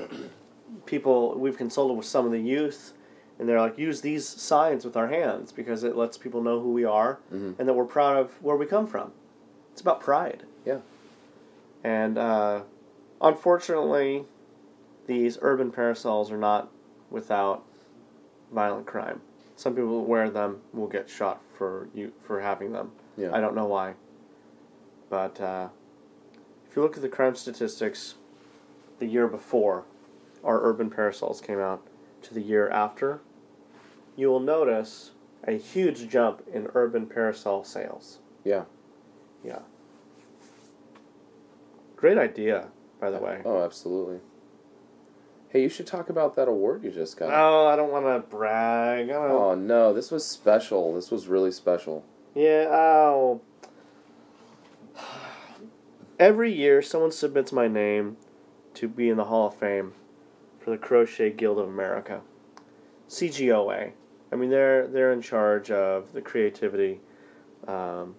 Speaker 1: people we've consulted with some of the youth and they're like use these signs with our hands because it lets people know who we are and that we're proud of where we come from. It's about pride.
Speaker 2: Yeah.
Speaker 1: And uh, unfortunately, these urban parasols are not without violent crime. Some people that wear them will get shot for you for having them.
Speaker 2: Yeah.
Speaker 1: I don't know why, but uh, if you look at the crime statistics, the year before our urban parasols came out to the year after, you will notice a huge jump in urban parasol sales.
Speaker 2: Yeah.
Speaker 1: Yeah. Great idea, by the way.
Speaker 2: Oh, absolutely. Hey, you should talk about that award you just got.
Speaker 1: Oh, I don't want to brag. I don't
Speaker 2: oh no, this was special. This was really special.
Speaker 1: Yeah, oh. ow. Every year, someone submits my name to be in the Hall of Fame for the Crochet Guild of America, CGOA. I mean, they're they're in charge of the creativity. Um,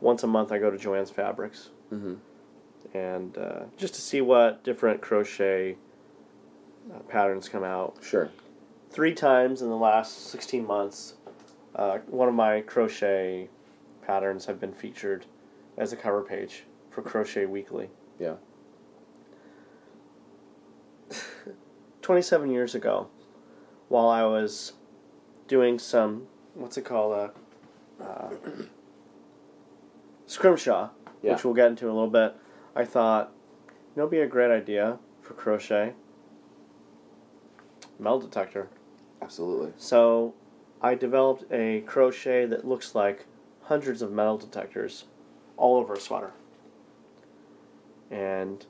Speaker 1: once a month, I go to Joanne's Fabrics
Speaker 2: hmm
Speaker 1: and uh, just to see what different crochet uh, patterns come out.
Speaker 2: Sure.
Speaker 1: Three times in the last sixteen months, uh, one of my crochet patterns have been featured as a cover page for Crochet Weekly.
Speaker 2: Yeah.
Speaker 1: 27 years ago, while I was doing some, what's it called, uh, uh, scrimshaw,
Speaker 2: Yeah.
Speaker 1: which we'll get into in a little bit, I thought, you know, it'd be a great idea for crochet? Metal detector.
Speaker 2: Absolutely.
Speaker 1: So I developed a crochet that looks like hundreds of metal detectors all over a sweater. And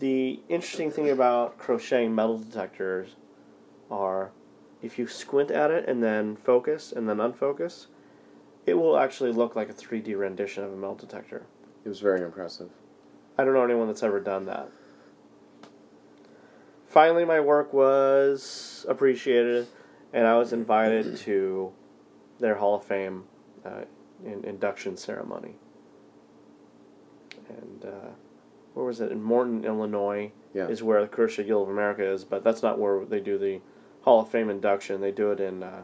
Speaker 1: the interesting thing about crocheting metal detectors are if you squint at it and then focus and then unfocus, it will actually look like a 3D rendition of a metal detector.
Speaker 2: It was very impressive.
Speaker 1: I don't know anyone that's ever done that. Finally, my work was appreciated, and I was invited to their Hall of Fame uh, in, induction ceremony. And uh, where was it? In Morton, Illinois,
Speaker 2: Yeah.
Speaker 1: is where the Crochet Guild of America is, but that's not where they do the Hall of Fame induction. They do it in, uh,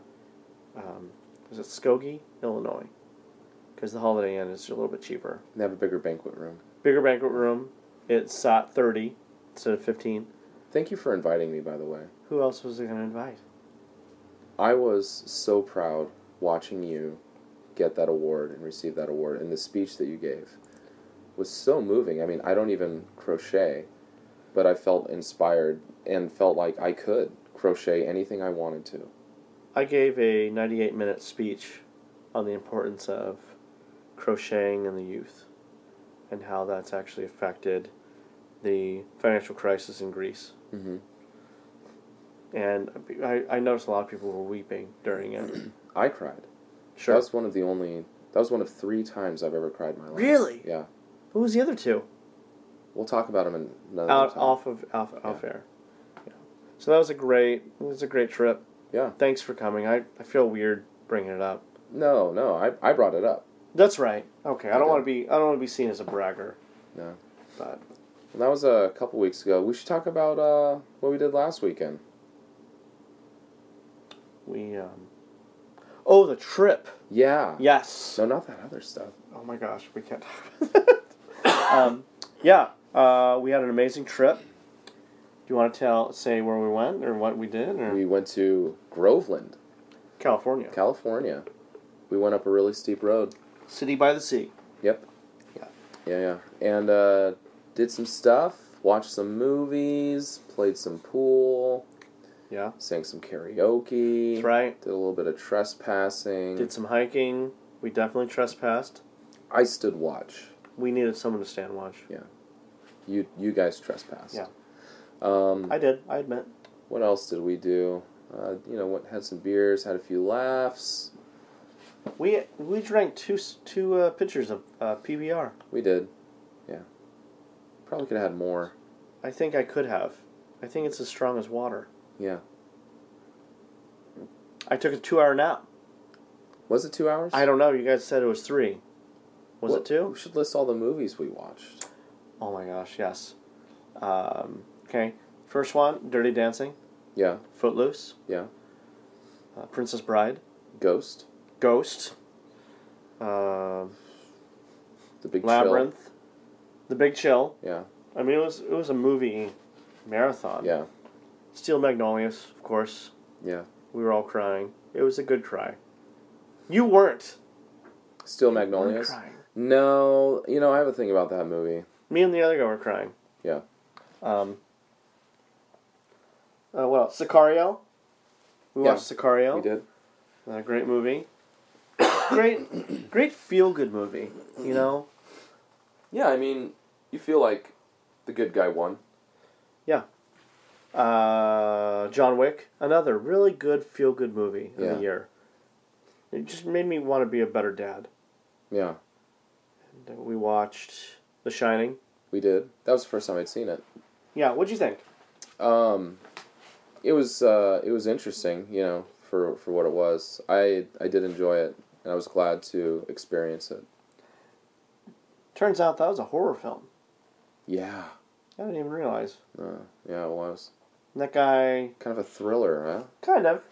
Speaker 1: um, was it Skokie, Illinois? Because the Holiday Inn is a little bit cheaper
Speaker 2: They have a bigger banquet room.
Speaker 1: bigger banquet room. It sat 30 instead of 15.
Speaker 2: Thank you for inviting me, by the way.
Speaker 1: Who else was it going to invite?
Speaker 2: I was so proud watching you get that award and receive that award, and the speech that you gave was so moving. I mean, I don't even crochet, but I felt inspired and felt like I could crochet anything I wanted to.
Speaker 1: I gave a 98 minute speech on the importance of crocheting in the youth and how that's actually affected the financial crisis in Greece.
Speaker 2: Mm-hmm.
Speaker 1: And I, I noticed a lot of people were weeping during it.
Speaker 2: I cried.
Speaker 1: Sure.
Speaker 2: That was one of the only. That was one of three times I've ever cried in my life.
Speaker 1: Really?
Speaker 2: Yeah.
Speaker 1: Who was the other two?
Speaker 2: We'll talk about them another
Speaker 1: Out
Speaker 2: time.
Speaker 1: off of off, off air. Yeah. So that was a great it was a great trip.
Speaker 2: Yeah.
Speaker 1: Thanks for coming. I, I feel weird bringing it up.
Speaker 2: No, no. I I brought it up.
Speaker 1: That's right. Okay, I don't
Speaker 2: Okay.
Speaker 1: want to be I don't want to be seen as a bragger,
Speaker 2: No.
Speaker 1: but
Speaker 2: And that was a couple weeks ago. We should talk about uh, what we did last weekend.
Speaker 1: we um Oh, the trip.
Speaker 2: Yeah.
Speaker 1: Yes.
Speaker 2: No, not that other stuff.
Speaker 1: Oh my gosh, we can't talk about that. um yeah, uh we had an amazing trip. Do you want to tell say where we went or what we did or
Speaker 2: We went to Groveland,
Speaker 1: California.
Speaker 2: California. We went up a really steep road.
Speaker 1: City by the sea.
Speaker 2: Yep.
Speaker 1: Yeah.
Speaker 2: Yeah, yeah. And uh, did some stuff, watched some movies, played some pool,
Speaker 1: Yeah.
Speaker 2: sang some karaoke.
Speaker 1: That's right.
Speaker 2: Did a little bit of trespassing.
Speaker 1: Did some hiking. We definitely trespassed.
Speaker 2: I stood watch.
Speaker 1: We needed someone to stand watch.
Speaker 2: You you guys trespassed.
Speaker 1: Yeah.
Speaker 2: Um,
Speaker 1: I did, I admit.
Speaker 2: what else did we do? Uh, you know, went, had some beers, had a few laughs.
Speaker 1: We we drank two s- two uh, pitchers of uh, PBR.
Speaker 2: We did. Yeah. Probably could have had more.
Speaker 1: I think I could have. I think it's as strong as water.
Speaker 2: Yeah.
Speaker 1: I took a two hour nap.
Speaker 2: Was it two hours?
Speaker 1: I don't know. You guys said it was three. Was
Speaker 2: Well,
Speaker 1: it two?
Speaker 2: We should list all the movies we watched.
Speaker 1: Oh my gosh, yes. Um, okay. First one Dirty Dancing,
Speaker 2: Yeah.
Speaker 1: Footloose,
Speaker 2: Yeah.
Speaker 1: uh, Princess Bride,
Speaker 2: Ghost.
Speaker 1: Ghost, um
Speaker 2: The Big
Speaker 1: Labyrinth, The Big Chill.
Speaker 2: Chill. Yeah.
Speaker 1: I mean, it was, it was a movie marathon.
Speaker 2: Yeah.
Speaker 1: Steel Magnolias, of course.
Speaker 2: Yeah.
Speaker 1: We were all crying. It was a good cry. You weren't.
Speaker 2: Steel
Speaker 1: You weren't
Speaker 2: Magnolias.
Speaker 1: crying.
Speaker 2: No, you know I have a thing about that movie.
Speaker 1: Me and the other guy were crying.
Speaker 2: Yeah.
Speaker 1: Um, uh, what else? Sicario. We
Speaker 2: Yeah,
Speaker 1: watched Sicario.
Speaker 2: We did.
Speaker 1: A great movie. great, great feel good movie. You know.
Speaker 2: Yeah, I mean, you feel like the good guy won.
Speaker 1: Uh, John Wick, another really good feel good movie of
Speaker 2: Yeah.
Speaker 1: the year. It just made me want to be a better dad.
Speaker 2: Yeah,
Speaker 1: And we watched The Shining.
Speaker 2: we did. That was the first time I'd seen it.
Speaker 1: Yeah, what'd you think?
Speaker 2: Um, it was uh, it was interesting, you know, for for what it was. I I did enjoy it, and I was glad to experience it.
Speaker 1: Turns out that was a horror film.
Speaker 2: Yeah,
Speaker 1: I didn't even realize.
Speaker 2: uh, yeah, it was
Speaker 1: And that guy,
Speaker 2: kind of a thriller, huh?
Speaker 1: kind of.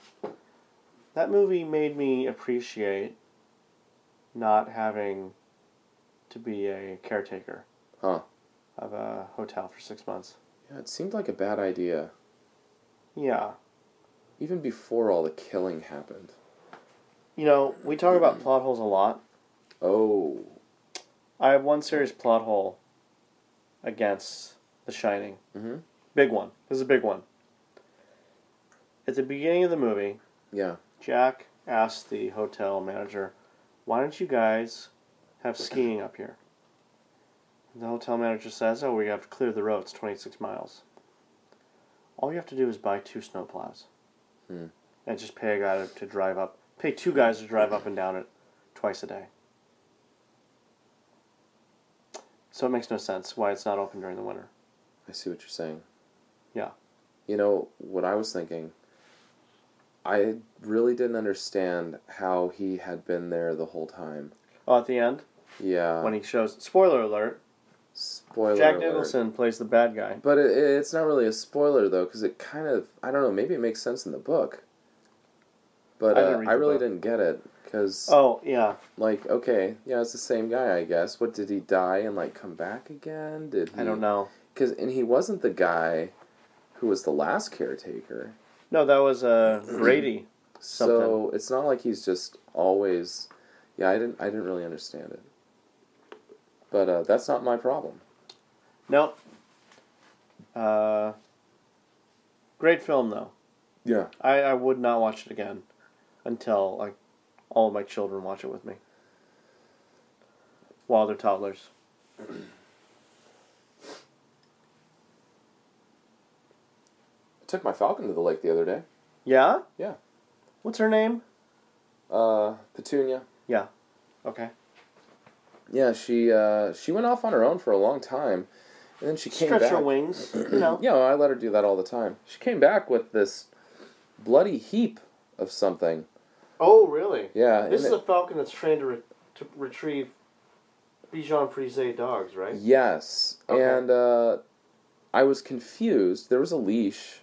Speaker 1: That movie made me appreciate not having to be a caretaker
Speaker 2: Huh.
Speaker 1: of a hotel for six months.
Speaker 2: Yeah, it seemed like a bad idea,
Speaker 1: Yeah.
Speaker 2: even before all the killing happened.
Speaker 1: You know, we talk about plot holes a lot.
Speaker 2: Oh,
Speaker 1: I have one serious plot hole against The Shining.
Speaker 2: Mhm.
Speaker 1: Big one. This is a big one. At the beginning of the movie,
Speaker 2: yeah,
Speaker 1: Jack asked the hotel manager, Why don't you guys have skiing up here? And the hotel manager says, Oh, we have to clear the road. It's 26 miles. All you have to do is buy two snowplows
Speaker 2: Hmm.
Speaker 1: and just pay a guy to drive up, pay two guys to drive up and down it twice a day. So it makes no sense why it's not open during the winter.
Speaker 2: I see what you're saying.
Speaker 1: Yeah.
Speaker 2: You know what I was thinking. I really didn't understand how he had been there the whole time.
Speaker 1: Oh, at the end,
Speaker 2: Yeah.
Speaker 1: when he shows, spoiler alert,
Speaker 2: Spoiler
Speaker 1: Jack
Speaker 2: alert.
Speaker 1: Nicholson plays the bad guy.
Speaker 2: But it, it- it's not really a spoiler though, because it kind of I don't know. Maybe it makes sense in the book. But
Speaker 1: I
Speaker 2: I,
Speaker 1: didn't
Speaker 2: uh,
Speaker 1: read
Speaker 2: I
Speaker 1: the
Speaker 2: really
Speaker 1: book.
Speaker 2: didn't get it because
Speaker 1: Oh, yeah.
Speaker 2: like okay yeah it's the same guy I guess. What did he die and like come back again? Did he,
Speaker 1: I don't know.
Speaker 2: because and he wasn't the guy who was the last caretaker.
Speaker 1: No, that was uh, Brady.
Speaker 2: So it's not like he's just always. Yeah, I didn't. I didn't really understand it. But uh, that's not my problem.
Speaker 1: Nope. Uh, great film though.
Speaker 2: Yeah.
Speaker 1: I, I would not watch it again until like all of my children watch it with me while they're toddlers.
Speaker 2: I took my falcon to the lake the other day.
Speaker 1: Yeah.
Speaker 2: Yeah.
Speaker 1: What's her name?
Speaker 2: Uh, Petunia.
Speaker 1: Yeah. Okay.
Speaker 2: Yeah, she uh, she went off on her own for a long time, and then she came
Speaker 1: Stretch
Speaker 2: back.
Speaker 1: her wings. You know.
Speaker 2: Yeah, I let her do that all the time. She came back with this bloody heap of something.
Speaker 1: Oh really?
Speaker 2: Yeah.
Speaker 1: This is
Speaker 2: and
Speaker 1: a falcon that's trained to, re- to retrieve Bichon Frise dogs, right?
Speaker 2: Yes.
Speaker 1: Okay.
Speaker 2: And uh, I was confused. There was a leash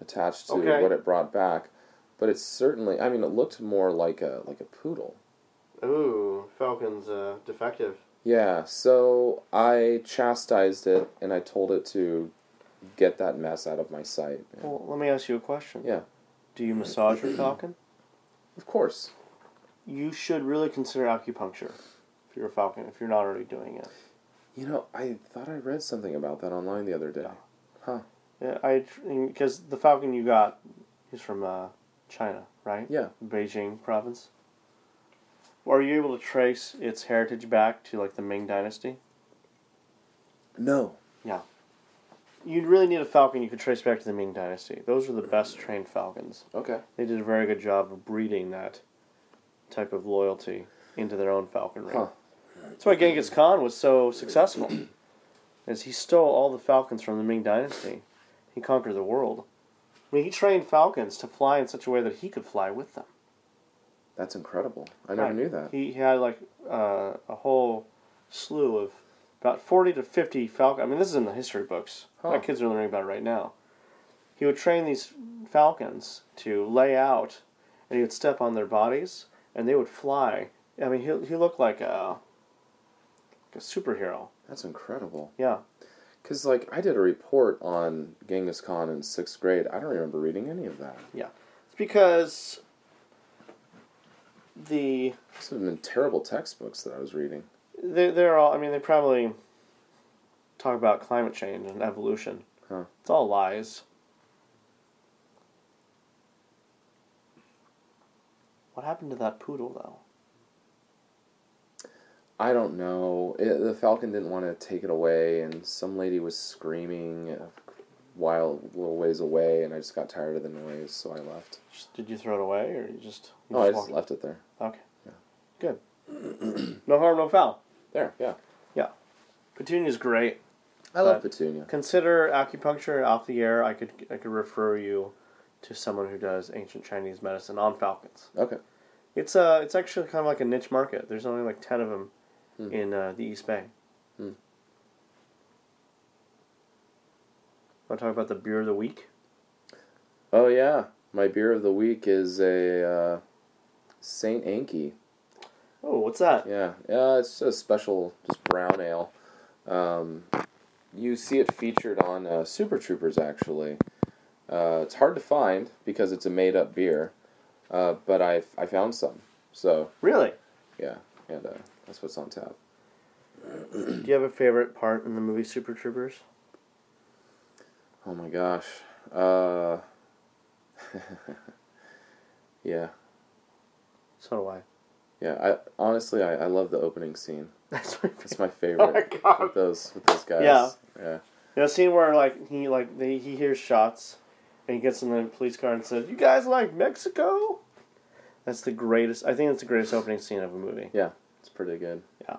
Speaker 2: attached to
Speaker 1: Okay.
Speaker 2: what it brought back, but it certainly I mean it looked more like a like a poodle.
Speaker 1: Ooh, falcon's uh, defective.
Speaker 2: Yeah, so I chastised it and I told it to get that mess out of my sight.
Speaker 1: Well, let me ask you a question.
Speaker 2: Yeah.
Speaker 1: Do you massage your falcon?
Speaker 2: Of course.
Speaker 1: you should really consider acupuncture if you're a falcon if you're not already doing it
Speaker 2: You know, I thought I read something about that online the other day.
Speaker 1: Yeah, i because the falcon you got is from uh, china right
Speaker 2: Yeah.
Speaker 1: beijing province are you able to trace its heritage back to like the ming dynasty
Speaker 2: No.
Speaker 1: you'd really need a falcon you could trace back to the ming dynasty those are the best trained falcons
Speaker 2: Okay.
Speaker 1: they did a very good job of breeding that type of loyalty into their own falconry.
Speaker 2: Huh.
Speaker 1: That's why Genghis Khan was so successful, is he stole all the falcons from the Ming Dynasty. He conquered the world. I mean, he trained falcons to fly in such a way that he could fly with them.
Speaker 2: That's incredible. I never
Speaker 1: Right.
Speaker 2: knew that.
Speaker 1: He had like uh, a whole slew of about 40 to 50 falcon. I mean, this is in the history books. My
Speaker 2: Huh.
Speaker 1: kids are learning about it right now. He would train these falcons to lay out, and he would step on their bodies, and they would fly. I mean, he, he looked like a, like a superhero.
Speaker 2: That's incredible.
Speaker 1: Yeah.
Speaker 2: Because, like, I did a report on Genghis Khan in sixth grade. I don't remember reading any of that.
Speaker 1: It's because the
Speaker 2: This would have been terrible textbooks that I was reading.
Speaker 1: they they're all. I mean, they probably talk about climate change and evolution.
Speaker 2: Huh.
Speaker 1: It's all lies. What happened to that poodle though?
Speaker 2: I don't know. It, the Falcon didn't want to take it away, and some lady was screaming a while a little ways away, and I just got tired of the noise, so I left.
Speaker 1: Just, did you throw it away or you just? You
Speaker 2: Oh, I just
Speaker 1: walked-
Speaker 2: left it there.
Speaker 1: Okay. Good. no harm, no foul.
Speaker 2: There, yeah.
Speaker 1: Petunia's great.
Speaker 2: I love
Speaker 1: But-
Speaker 2: petunia.
Speaker 1: Consider acupuncture off the air. I could I could refer you to someone who does ancient Chinese medicine on falcons.
Speaker 2: Okay.
Speaker 1: It's uh it's actually kind of like a niche market. There's only like ten of them
Speaker 2: Hmm.
Speaker 1: in uh, the East Bay.
Speaker 2: Hmm.
Speaker 1: Want to talk about the beer of the week?
Speaker 2: Oh yeah, my beer of the week is a uh, Saint Anki.
Speaker 1: Oh, what's that?
Speaker 2: Yeah, yeah, it's a special just brown ale. Um, you see it featured on uh, Super Troopers actually. Uh, it's hard to find because it's a made up beer, uh, but I I found some. So
Speaker 1: Really?
Speaker 2: yeah, and uh, that's what's on tap.
Speaker 1: Do you have a favorite part in the movie Super Troopers?
Speaker 2: Oh my gosh. Uh, yeah,
Speaker 1: So do I.
Speaker 2: yeah. I honestly I, I love the opening scene.
Speaker 1: That's my
Speaker 2: That's
Speaker 1: favorite.
Speaker 2: my favorite.
Speaker 1: Oh my God.
Speaker 2: With those with those guys.
Speaker 1: Yeah.
Speaker 2: Yeah.
Speaker 1: You know, scene where like he like they, he hears shots, and he gets in the police car and says, "You guys like Mexico?" That's the greatest. I think that's the greatest opening scene of a movie.
Speaker 2: Yeah. It's pretty good.
Speaker 1: Yeah.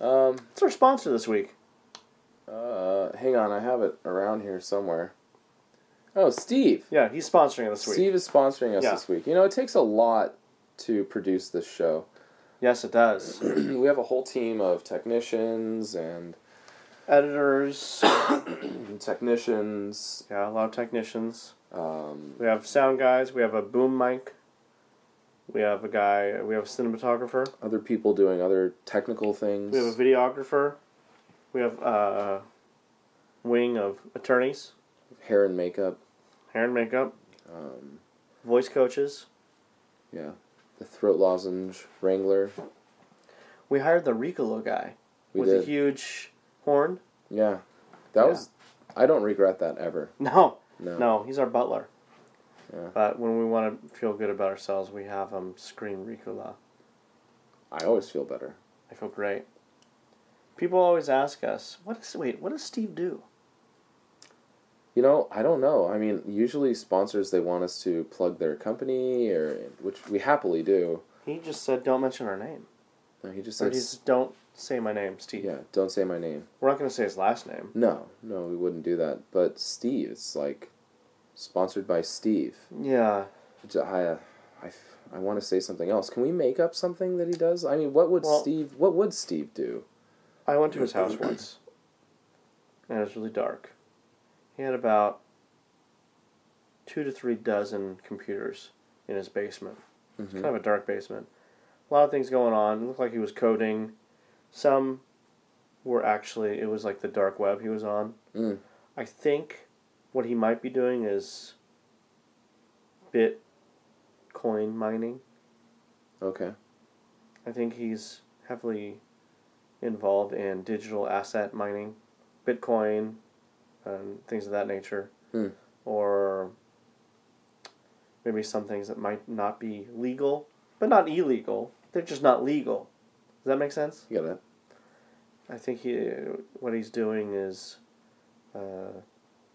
Speaker 2: Um.
Speaker 1: It's our sponsor this week.
Speaker 2: Uh. Hang on. I have it around here somewhere. Oh, Steve.
Speaker 1: Yeah, he's sponsoring us this week.
Speaker 2: Steve is sponsoring us
Speaker 1: Yeah.
Speaker 2: this week. You know, it takes a lot to produce this show.
Speaker 1: Yes, it does.
Speaker 2: we have a whole team of technicians and
Speaker 1: Editors. Mm-hmm.
Speaker 2: technicians.
Speaker 1: Yeah, a lot of technicians.
Speaker 2: Um,
Speaker 1: We have sound guys. We have a boom mic. We have a guy. We have a cinematographer.
Speaker 2: other people doing other technical things.
Speaker 1: We have a videographer. We have uh, a wing of attorneys,
Speaker 2: hair and makeup.
Speaker 1: hair and makeup,
Speaker 2: Um,
Speaker 1: voice coaches.
Speaker 2: yeah. The throat lozenge wrangler.
Speaker 1: We hired the Ricolo guy
Speaker 2: We
Speaker 1: with
Speaker 2: did.
Speaker 1: a huge horn.
Speaker 2: Yeah. That
Speaker 1: Yeah.
Speaker 2: was I don't regret that ever.
Speaker 1: No,
Speaker 2: No.
Speaker 1: no, he's our butler.
Speaker 2: Yeah.
Speaker 1: But when we want to feel good about ourselves, we have him scream Ricola.
Speaker 2: I always feel better.
Speaker 1: I feel great. People always ask us, "What is wait? What does Steve do?"
Speaker 2: You know, I don't know. I mean, usually sponsors they want us to plug their company or which we happily do.
Speaker 1: He just said, "Don't mention our name."
Speaker 2: No, he just
Speaker 1: Or
Speaker 2: says
Speaker 1: just don't say my name, Steve.
Speaker 2: yeah, don't say my name.
Speaker 1: We're not going to say his last name.
Speaker 2: No, no, we wouldn't do that. But Steve, it's like sponsored by Steve.
Speaker 1: Yeah,
Speaker 2: Which I uh, I f- I want to say something else. Can we make up something that he does? I mean, what would
Speaker 1: Well-
Speaker 2: Steve what would Steve do?
Speaker 1: I went to his house once, and it was really dark. He had about two to three dozen computers in his basement. It's
Speaker 2: Mm-hmm.
Speaker 1: kind of a dark basement. A lot of things going on. It looked like he was coding. Some were actually, it was like the dark web he was on.
Speaker 2: Mm.
Speaker 1: I think what he might be doing is Bitcoin mining.
Speaker 2: Okay.
Speaker 1: I think he's heavily involved in digital asset mining, Bitcoin, um, things of that nature,
Speaker 2: Hmm.
Speaker 1: or maybe some things that might not be legal, but not illegal. They're just not legal. Does that make sense?
Speaker 2: You got it.
Speaker 1: I think he, what he's doing is, uh,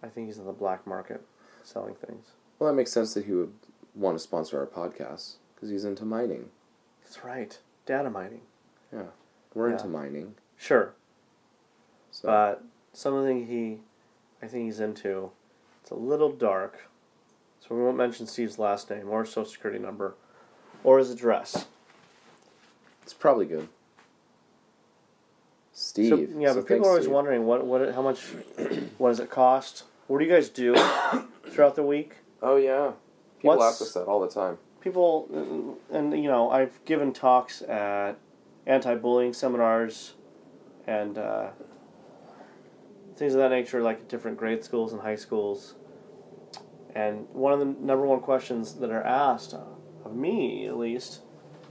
Speaker 1: I think he's in the black market selling things.
Speaker 2: Well, that makes sense that he would want to sponsor our podcast because he's into mining.
Speaker 1: That's right, data mining.
Speaker 2: We're
Speaker 1: Yeah.
Speaker 2: into mining.
Speaker 1: Sure,
Speaker 2: So
Speaker 1: but something he, I think he's into. It's a little dark, so we won't mention Steve's last name or social security number, or his address.
Speaker 2: it's probably good. Steve.
Speaker 1: So, yeah,
Speaker 2: So
Speaker 1: but people
Speaker 2: thanks,
Speaker 1: are always
Speaker 2: Steve.
Speaker 1: wondering what what how much, what does it cost? What do you guys do throughout the week?
Speaker 2: Oh yeah. People
Speaker 1: What's-
Speaker 2: ask us that all the time.
Speaker 1: People, and you know, I've given talks at anti-bullying seminars, and uh, things of that nature, like at different grade schools and high schools. And one of the number one questions that are asked uh, of me, at least,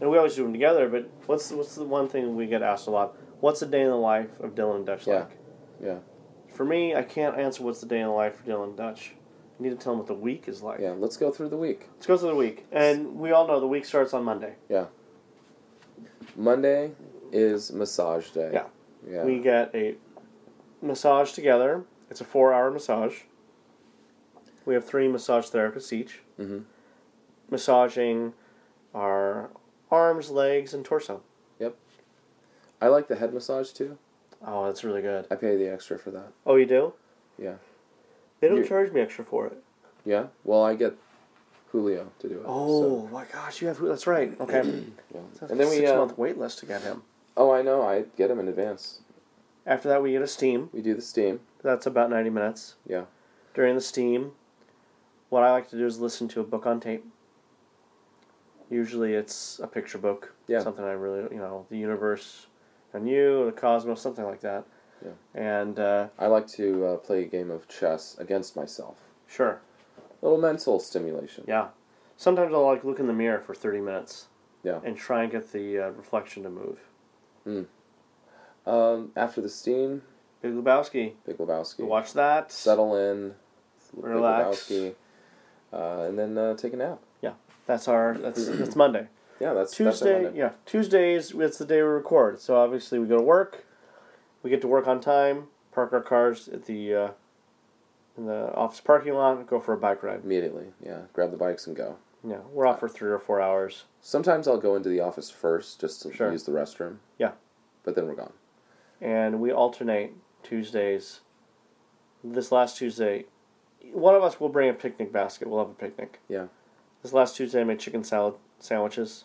Speaker 1: and we always do them together. But what's what's the one thing we get asked a lot? What's the day in the life of Dylan Dutch
Speaker 2: Yeah.
Speaker 1: like?
Speaker 2: Yeah.
Speaker 1: For me, I can't answer what's the day in the life for Dylan Dutch. I need to tell him what the week is like.
Speaker 2: Yeah. Let's go through the week.
Speaker 1: Let's go through the week, and we all know the week starts on Monday.
Speaker 2: Monday is massage day.
Speaker 1: Yeah.
Speaker 2: Yeah.
Speaker 1: We get a massage together. It's a four-hour massage.
Speaker 2: Mm-hmm.
Speaker 1: We have three massage therapists each.
Speaker 2: Mhm.
Speaker 1: massaging our arms, legs, and torso.
Speaker 2: I like the head massage too.
Speaker 1: Oh, that's really good.
Speaker 2: I pay the extra for that.
Speaker 1: Oh, you do?
Speaker 2: Yeah.
Speaker 1: They don't
Speaker 2: You-
Speaker 1: charge me extra for it.
Speaker 2: Yeah. Well, I get Julio to do it.
Speaker 1: Oh my gosh, you have that's right. Okay,
Speaker 2: so, yeah.
Speaker 1: That's
Speaker 2: and then
Speaker 1: a
Speaker 2: we.
Speaker 1: six
Speaker 2: Uh,
Speaker 1: month wait list to get him.
Speaker 2: oh, I know. I get him in advance.
Speaker 1: After that, we get a steam.
Speaker 2: We do the steam.
Speaker 1: That's about ninety minutes.
Speaker 2: Yeah.
Speaker 1: During the steam, what I like to do is listen to a book on tape. Usually, it's a picture book.
Speaker 2: Yeah.
Speaker 1: Something I really, you know, the universe, and you, the cosmos, something like that.
Speaker 2: Yeah.
Speaker 1: And uh,
Speaker 2: I like to uh, play a game of chess against myself.
Speaker 1: sure,
Speaker 2: A little mental stimulation.
Speaker 1: yeah. Sometimes I'll like look in the mirror for thirty minutes.
Speaker 2: Yeah.
Speaker 1: And try and get the uh, reflection to move.
Speaker 2: Um, after the steam,
Speaker 1: Big Lebowski.
Speaker 2: Big Lebowski.
Speaker 1: Watch that.
Speaker 2: Settle in. Big
Speaker 1: Relax.
Speaker 2: Lebowski. Uh, and then uh, take a nap.
Speaker 1: That's our. That's that's Monday.
Speaker 2: Yeah, that's that's our
Speaker 1: Tuesday,
Speaker 2: Monday.
Speaker 1: yeah. Tuesdays, it's the day we record. So obviously, we go to work. We get to work on time. Park our cars at the uh, in the office parking lot. Go for a bike ride.
Speaker 2: Immediately. Yeah. Grab the bikes and go.
Speaker 1: Yeah, we're off for three or four hours.
Speaker 2: Sometimes I'll go into the office first just to
Speaker 1: Sure.
Speaker 2: use the restroom.
Speaker 1: Yeah.
Speaker 2: But then we're gone.
Speaker 1: and we alternate Tuesdays. This last Tuesday, one of us will bring a picnic basket. We'll have a picnic.
Speaker 2: Yeah.
Speaker 1: This last Tuesday, I made chicken salad sandwiches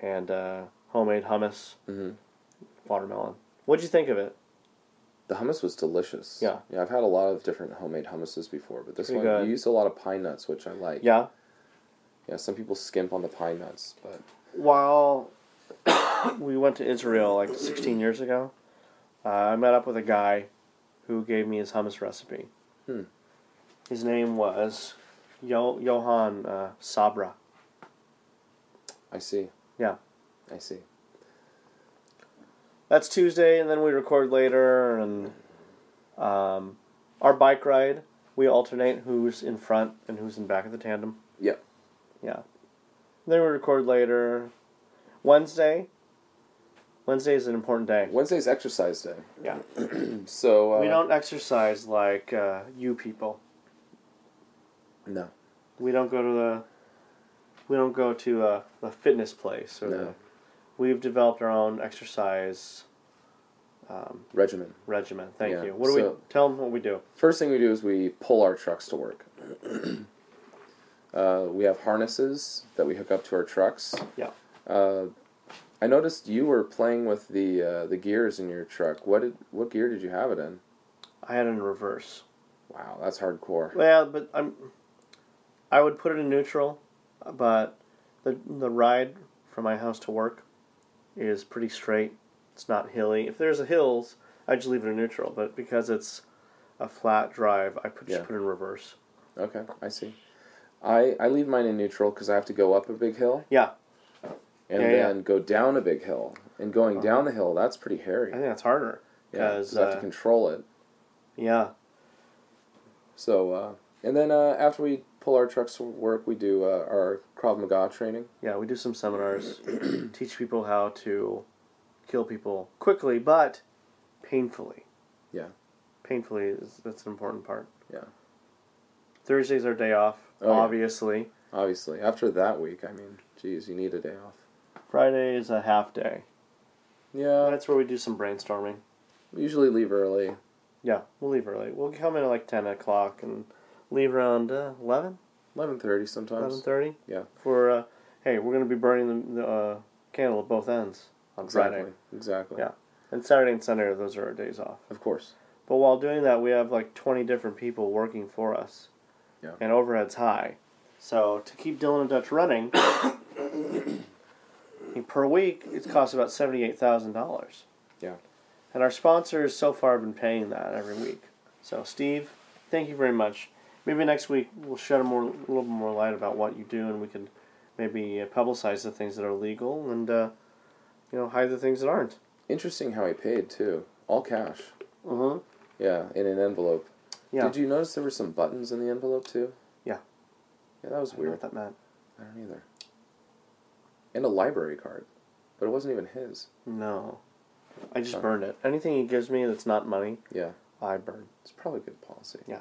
Speaker 1: and uh, homemade hummus,
Speaker 2: Mm-hmm.
Speaker 1: watermelon. What'd you think of it?
Speaker 2: The hummus was delicious.
Speaker 1: Yeah.
Speaker 2: Yeah, I've had a lot of different homemade hummuses before, but this
Speaker 1: Pretty
Speaker 2: one
Speaker 1: good.
Speaker 2: you used a lot of pine nuts, which I like.
Speaker 1: Yeah.
Speaker 2: Yeah, some people skimp on the pine nuts, but
Speaker 1: While we went to Israel like 16 years ago, uh, I met up with a guy who gave me his hummus recipe.
Speaker 2: Hmm.
Speaker 1: His name was Yo- Johan uh, Sabra.
Speaker 2: I see.
Speaker 1: Yeah.
Speaker 2: I see.
Speaker 1: that's Tuesday, and then we record later, and um, our bike ride we alternate who's in front and who's in back of the tandem.
Speaker 2: Yeah.
Speaker 1: Yeah. Then we record later. Wednesday. Wednesday is an important day.
Speaker 2: Wednesday's exercise day.
Speaker 1: Yeah.
Speaker 2: So uh,
Speaker 1: we don't exercise like uh, you people.
Speaker 2: No.
Speaker 1: We don't go to the. We don't go to uh, the fitness place. Or
Speaker 2: No.
Speaker 1: the, we've developed our own exercise um,
Speaker 2: Regimen.
Speaker 1: regimen. Thank
Speaker 2: Yeah,
Speaker 1: you. What do we
Speaker 2: so-
Speaker 1: tell them? What we do?
Speaker 2: First thing we do is we pull our trucks to work. uh, we have harnesses that we hook up to our trucks.
Speaker 1: Yeah.
Speaker 2: Uh, I noticed you were playing with the uh, the gears in your truck. What did what gear did you have it in?
Speaker 1: I had it in reverse.
Speaker 2: Wow, that's hardcore.
Speaker 1: Well, but I'm. I would put it in neutral, but the the ride from my house to work is pretty straight. It's not hilly. If there's a hills, I just leave it in neutral. But because it's a flat drive, I put,
Speaker 2: Yeah.
Speaker 1: just put it in reverse.
Speaker 2: Okay, I see. I I leave mine in neutral because I have to go up a big hill
Speaker 1: Yeah,
Speaker 2: and
Speaker 1: Yeah, yeah.
Speaker 2: then go down a big hill. And going down the hill, that's pretty hairy.
Speaker 1: I think that's harder.
Speaker 2: Yeah,
Speaker 1: 'cause,
Speaker 2: because I have
Speaker 1: uh,
Speaker 2: to control it.
Speaker 1: Yeah,
Speaker 2: So, uh, and then uh, after we pull our trucks to work, we do uh, our Krav Maga training.
Speaker 1: yeah. We do some seminars, teach people how to kill people quickly, but painfully.
Speaker 2: Yeah.
Speaker 1: painfully is that's an important part.
Speaker 2: Yeah.
Speaker 1: Thursday's our day off,
Speaker 2: Oh, yeah.
Speaker 1: obviously.
Speaker 2: Obviously, after that week, I mean, geez, you need a day off.
Speaker 1: Friday is a half day. Uh,
Speaker 2: Yeah,
Speaker 1: That's where we do some brainstorming.
Speaker 2: we usually leave early.
Speaker 1: Yeah, we'll leave early. We'll come in at like ten o'clock and leave around uh, 11,
Speaker 2: Eleven thirty sometimes.
Speaker 1: 11.30.
Speaker 2: Yeah.
Speaker 1: For uh, hey, we're gonna be burning the, the uh, candle at both ends on
Speaker 2: Exactly.
Speaker 1: Friday.
Speaker 2: Exactly.
Speaker 1: Yeah. And Saturday and Sunday, those are our days off.
Speaker 2: Of course.
Speaker 1: But while doing that, we have like 20 different people working for us.
Speaker 2: Yeah.
Speaker 1: And overhead's high. So to keep Dylan and Dutch running, per week, it's cost about $78,000.
Speaker 2: Yeah.
Speaker 1: And our sponsors so far have been paying that every week. So, Steve, thank you very much. Maybe next week we'll shed a, more, a little bit more light about what you do and we can maybe uh, publicize the things that are legal and, uh, you know, hide the things that aren't.
Speaker 2: Interesting how he paid too. All cash.
Speaker 1: Mm-hmm.
Speaker 2: Yeah, in an envelope.
Speaker 1: Yeah.
Speaker 2: Did you notice there were some buttons in the envelope too?
Speaker 1: Yeah.
Speaker 2: Yeah, that was
Speaker 1: I don't know
Speaker 2: weird.
Speaker 1: what that meant.
Speaker 2: I don't either. And a library card, but it wasn't even his.
Speaker 1: No. I just
Speaker 2: Huh.
Speaker 1: burned it. Anything he gives me that's not money,
Speaker 2: Yeah,
Speaker 1: I burn.
Speaker 2: it's probably good policy.
Speaker 1: Yeah.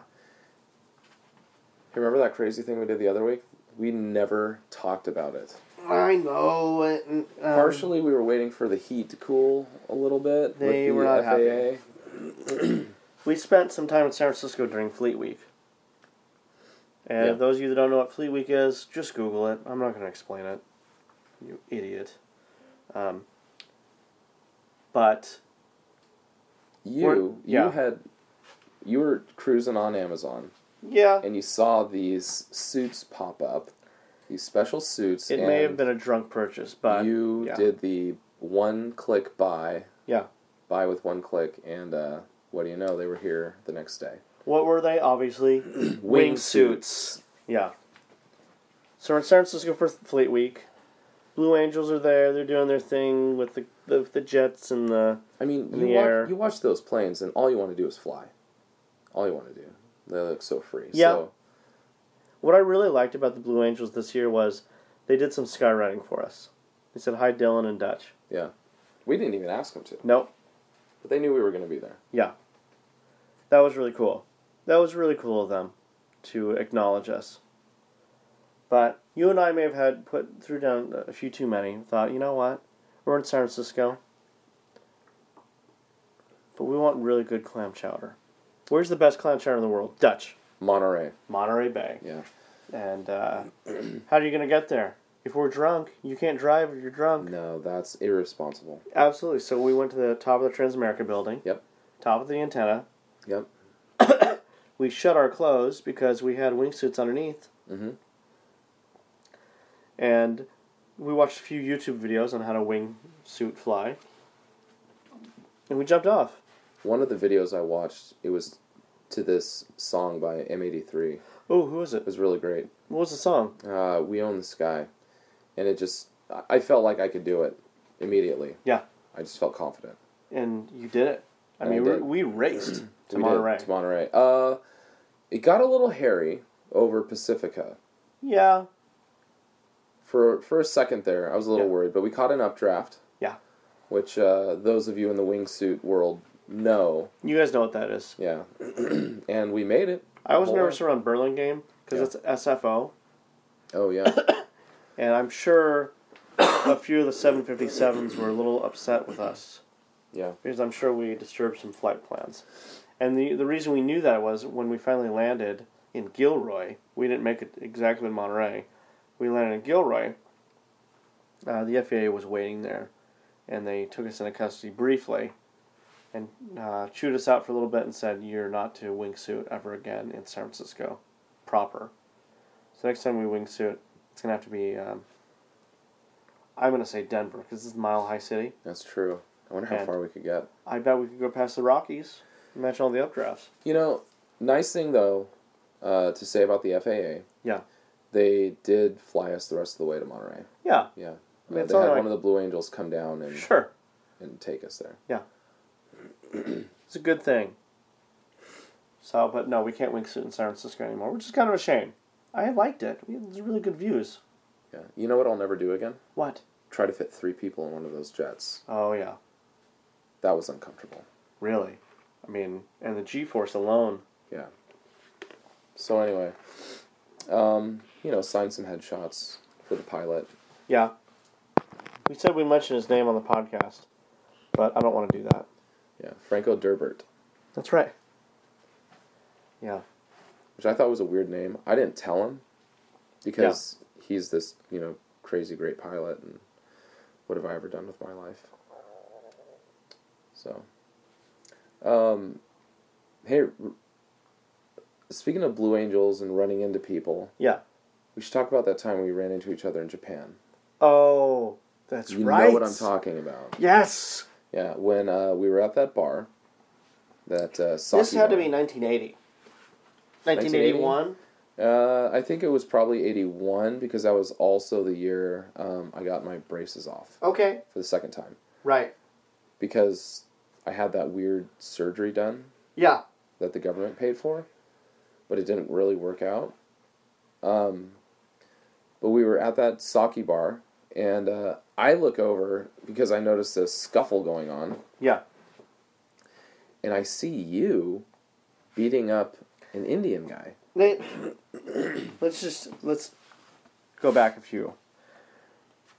Speaker 2: You remember that crazy thing we did the other week? We never talked about it.
Speaker 1: I know it. Um,
Speaker 2: Partially, we were waiting for the heat to cool a little bit. with
Speaker 1: They
Speaker 2: the
Speaker 1: were not
Speaker 2: FAA.
Speaker 1: happy. We spent some time in San Francisco during Fleet Week. And
Speaker 2: Yeah.
Speaker 1: those of you that don't know what Fleet Week is, just Google it. I'm not going to explain it. You idiot. Um, but
Speaker 2: You,
Speaker 1: We're-
Speaker 2: you
Speaker 1: yeah.
Speaker 2: had, you were cruising on Amazon,
Speaker 1: yeah,
Speaker 2: and you saw these suits pop up, these special suits.
Speaker 1: it
Speaker 2: and
Speaker 1: may have been a drunk purchase, but
Speaker 2: you
Speaker 1: yeah.
Speaker 2: did the one click buy.
Speaker 1: Yeah.
Speaker 2: Buy with one click, and uh, what do you know? They were here the next day.
Speaker 1: What were they? Obviously,
Speaker 2: Wingsuits.
Speaker 1: Yeah. So we're in San Francisco for Fleet Week. Blue Angels are there. They're doing their thing with the the, the jets and the
Speaker 2: I mean,
Speaker 1: In
Speaker 2: you
Speaker 1: the air.
Speaker 2: watch, you watch those planes, and all you want to do is fly. All you want to do. They look so free.
Speaker 1: Yeah.
Speaker 2: So,
Speaker 1: What I really liked about the Blue Angels this year was they did some skywriting for us. They said hi, Dylan and Dutch.
Speaker 2: yeah. We didn't even ask them to,
Speaker 1: Nope.
Speaker 2: but they knew we were going to be there.
Speaker 1: Yeah. That was really cool. That was really cool of them to acknowledge us. But you and I may have had put through down a few too many. Thought, you know what? We're in San Francisco. But we want really good clam chowder. Where's the best clam chowder in the world? Dutch.
Speaker 2: Monterey.
Speaker 1: Monterey Bay.
Speaker 2: Yeah.
Speaker 1: And uh, how are you going to get there? If we're drunk, you can't drive if you're drunk.
Speaker 2: No, that's irresponsible.
Speaker 1: Absolutely. So we went to the top of the Transamerica building.
Speaker 2: Yep.
Speaker 1: Top of the antenna.
Speaker 2: Yep.
Speaker 1: We shut our clothes because we had wingsuits underneath.
Speaker 2: Mhm.
Speaker 1: And we watched a few YouTube videos on how to wingsuit fly. And we jumped off.
Speaker 2: One of the videos I watched, it was to this song by M83. It
Speaker 1: Oh, who was it?
Speaker 2: was really great.
Speaker 1: What was the song?
Speaker 2: Uh, we own the sky, and it just I- I felt like I could do it immediately.
Speaker 1: Yeah.
Speaker 2: I just felt confident.
Speaker 1: And you did it. I
Speaker 2: I
Speaker 1: mean,
Speaker 2: did.
Speaker 1: we, we raced to
Speaker 2: We did,
Speaker 1: Monterey.
Speaker 2: To Monterey. Uh, it got a little hairy over Pacifica.
Speaker 1: Yeah.
Speaker 2: For for a second there, I was a little
Speaker 1: Yeah.
Speaker 2: worried, but we caught an updraft.
Speaker 1: Yeah.
Speaker 2: Which uh, those of you in the wingsuit world know.
Speaker 1: You guys know what that is.
Speaker 2: Yeah. and we made it.
Speaker 1: I was
Speaker 2: Hold
Speaker 1: nervous
Speaker 2: on.
Speaker 1: around Burlingame because it's SFO.
Speaker 2: Oh yeah.
Speaker 1: and I'm sure a few of the 757s were a little upset with us
Speaker 2: yeah.
Speaker 1: because I'm sure we disturbed some flight plans. And the the reason we knew that was when we finally landed in Gilroy, we didn't make it exactly in Monterey. We landed in Gilroy. Uh, the FAA was waiting there, and they took us into custody briefly, and uh, chewed us out for a little bit and said, "You're not to wingsuit ever again in San Francisco, proper." So next time we wingsuit, it's gonna have to be. Um, I'm gonna say Denver because this is Mile High City.
Speaker 2: That's true. I wonder how
Speaker 1: And-
Speaker 2: far we could get.
Speaker 1: I bet we could go past the Rockies. Match all the updrafts.
Speaker 2: You know, nice thing though, uh, to say about the FAA.
Speaker 1: Yeah.
Speaker 2: They did fly us the rest of the way to Monterey.
Speaker 1: Yeah,
Speaker 2: Yeah.
Speaker 1: I mean,
Speaker 2: Uh,
Speaker 1: it's
Speaker 2: they had
Speaker 1: only like-
Speaker 2: one of the Blue Angels come down and,
Speaker 1: sure.
Speaker 2: and take us there.
Speaker 1: It's a good thing. So, but no, we can't wingsuit in San Francisco anymore, which is kind of a shame. I liked it. We had really good views.
Speaker 2: Yeah. You know what I'll never do again?
Speaker 1: What?
Speaker 2: Try to fit three people in one of those jets.
Speaker 1: Oh, yeah.
Speaker 2: That was uncomfortable.
Speaker 1: Really? I mean, and the G Force alone.
Speaker 2: Yeah. So anyway, um, you know, sign some headshots for the pilot.
Speaker 1: Yeah. We said we'd mention his name on the podcast, but I don't want to do that.
Speaker 2: Yeah, Franco Durbert,
Speaker 1: That's right. Yeah.
Speaker 2: which I thought was a weird name. I didn't tell him because he's this, you know, crazy great pilot and what have I ever done with my life? So, um, hey, r- speaking of Blue Angels and running into people,
Speaker 1: Yeah.
Speaker 2: we should talk about that time we ran into each other in Japan.
Speaker 1: Oh, that's
Speaker 2: you
Speaker 1: right.
Speaker 2: know what I'm talking about.
Speaker 1: Yes.
Speaker 2: Yeah, when uh, we were at that bar, that uh, sake
Speaker 1: This had to
Speaker 2: bar.
Speaker 1: be 1980. 1981?
Speaker 2: Uh, I think it was probably '81 because that was also the year um, I got my braces off
Speaker 1: Okay,
Speaker 2: for the second time
Speaker 1: right.
Speaker 2: because I had that weird surgery done
Speaker 1: Yeah.
Speaker 2: that the government paid for, but it didn't really work out. Um, but we were at that sake bar, and uh, I look over because I noticed a scuffle going on,
Speaker 1: Yeah.
Speaker 2: and I see you beating up an Indian guy.
Speaker 1: They, let's just let's go back a few.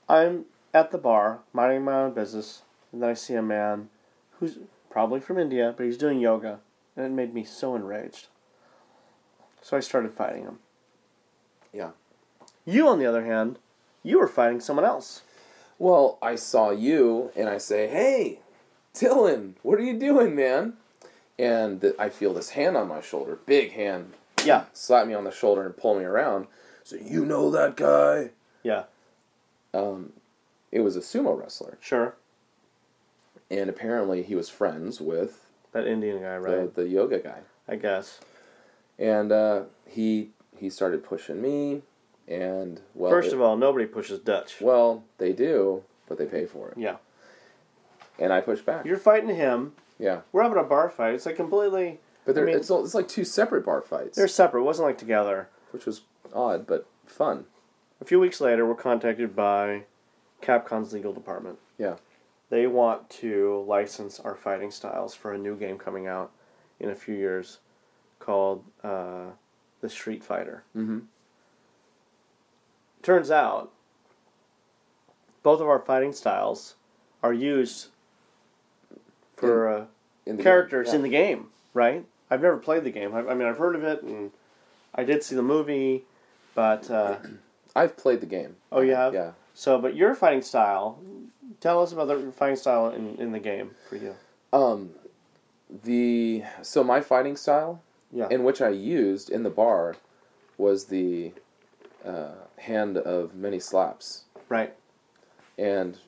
Speaker 1: I'm at the bar, minding my own business, and then I see a man who's probably from India, but he's doing yoga, and it made me so enraged. So I started fighting him.
Speaker 2: Yeah.
Speaker 1: You, on the other hand, you were fighting someone else.
Speaker 2: Well, I saw you and I say, hey, Dylan, what are you doing, man? And th- I feel this hand on my shoulder, big hand,
Speaker 1: Yeah,
Speaker 2: slap me on the shoulder and pull me around. So, you know that guy?
Speaker 1: yeah,
Speaker 2: Um, it was a sumo wrestler.
Speaker 1: sure.
Speaker 2: And apparently he was friends with
Speaker 1: That Indian guy,
Speaker 2: the,
Speaker 1: right?
Speaker 2: the yoga guy.
Speaker 1: I guess.
Speaker 2: And uh, he he started pushing me. And, well,
Speaker 1: First
Speaker 2: it-
Speaker 1: of all, nobody pushes Dutch.
Speaker 2: well, they do, but they pay for it.
Speaker 1: Yeah.
Speaker 2: And I pushed back.
Speaker 1: You're fighting him.
Speaker 2: yeah.
Speaker 1: We're having a bar fight. It's like completely.
Speaker 2: But they're,
Speaker 1: I mean-
Speaker 2: it's, all- it's like two separate bar fights,
Speaker 1: They're separate. It wasn't like together.
Speaker 2: which was odd but fun.
Speaker 1: A few weeks later, we're contacted by Capcom's legal department.
Speaker 2: Yeah.
Speaker 1: They want to license our fighting styles for a new game coming out in a few years called uh, The Street Fighter.
Speaker 2: Mm-hmm.
Speaker 1: Turns out, both of our fighting styles are used for uh,
Speaker 2: In
Speaker 1: characters in the game, right? I've never played the game. I, I mean, I've heard of it, and I did see the movie, but uh,
Speaker 2: I've played the game.
Speaker 1: oh, you have.
Speaker 2: Yeah.
Speaker 1: So, but your fighting style. Tell us about the fighting style in, in the game for you.
Speaker 2: Um, the so my fighting style,
Speaker 1: Yeah.
Speaker 2: in which I used in the bar, was the uh, hand of many slaps,
Speaker 1: right.
Speaker 2: and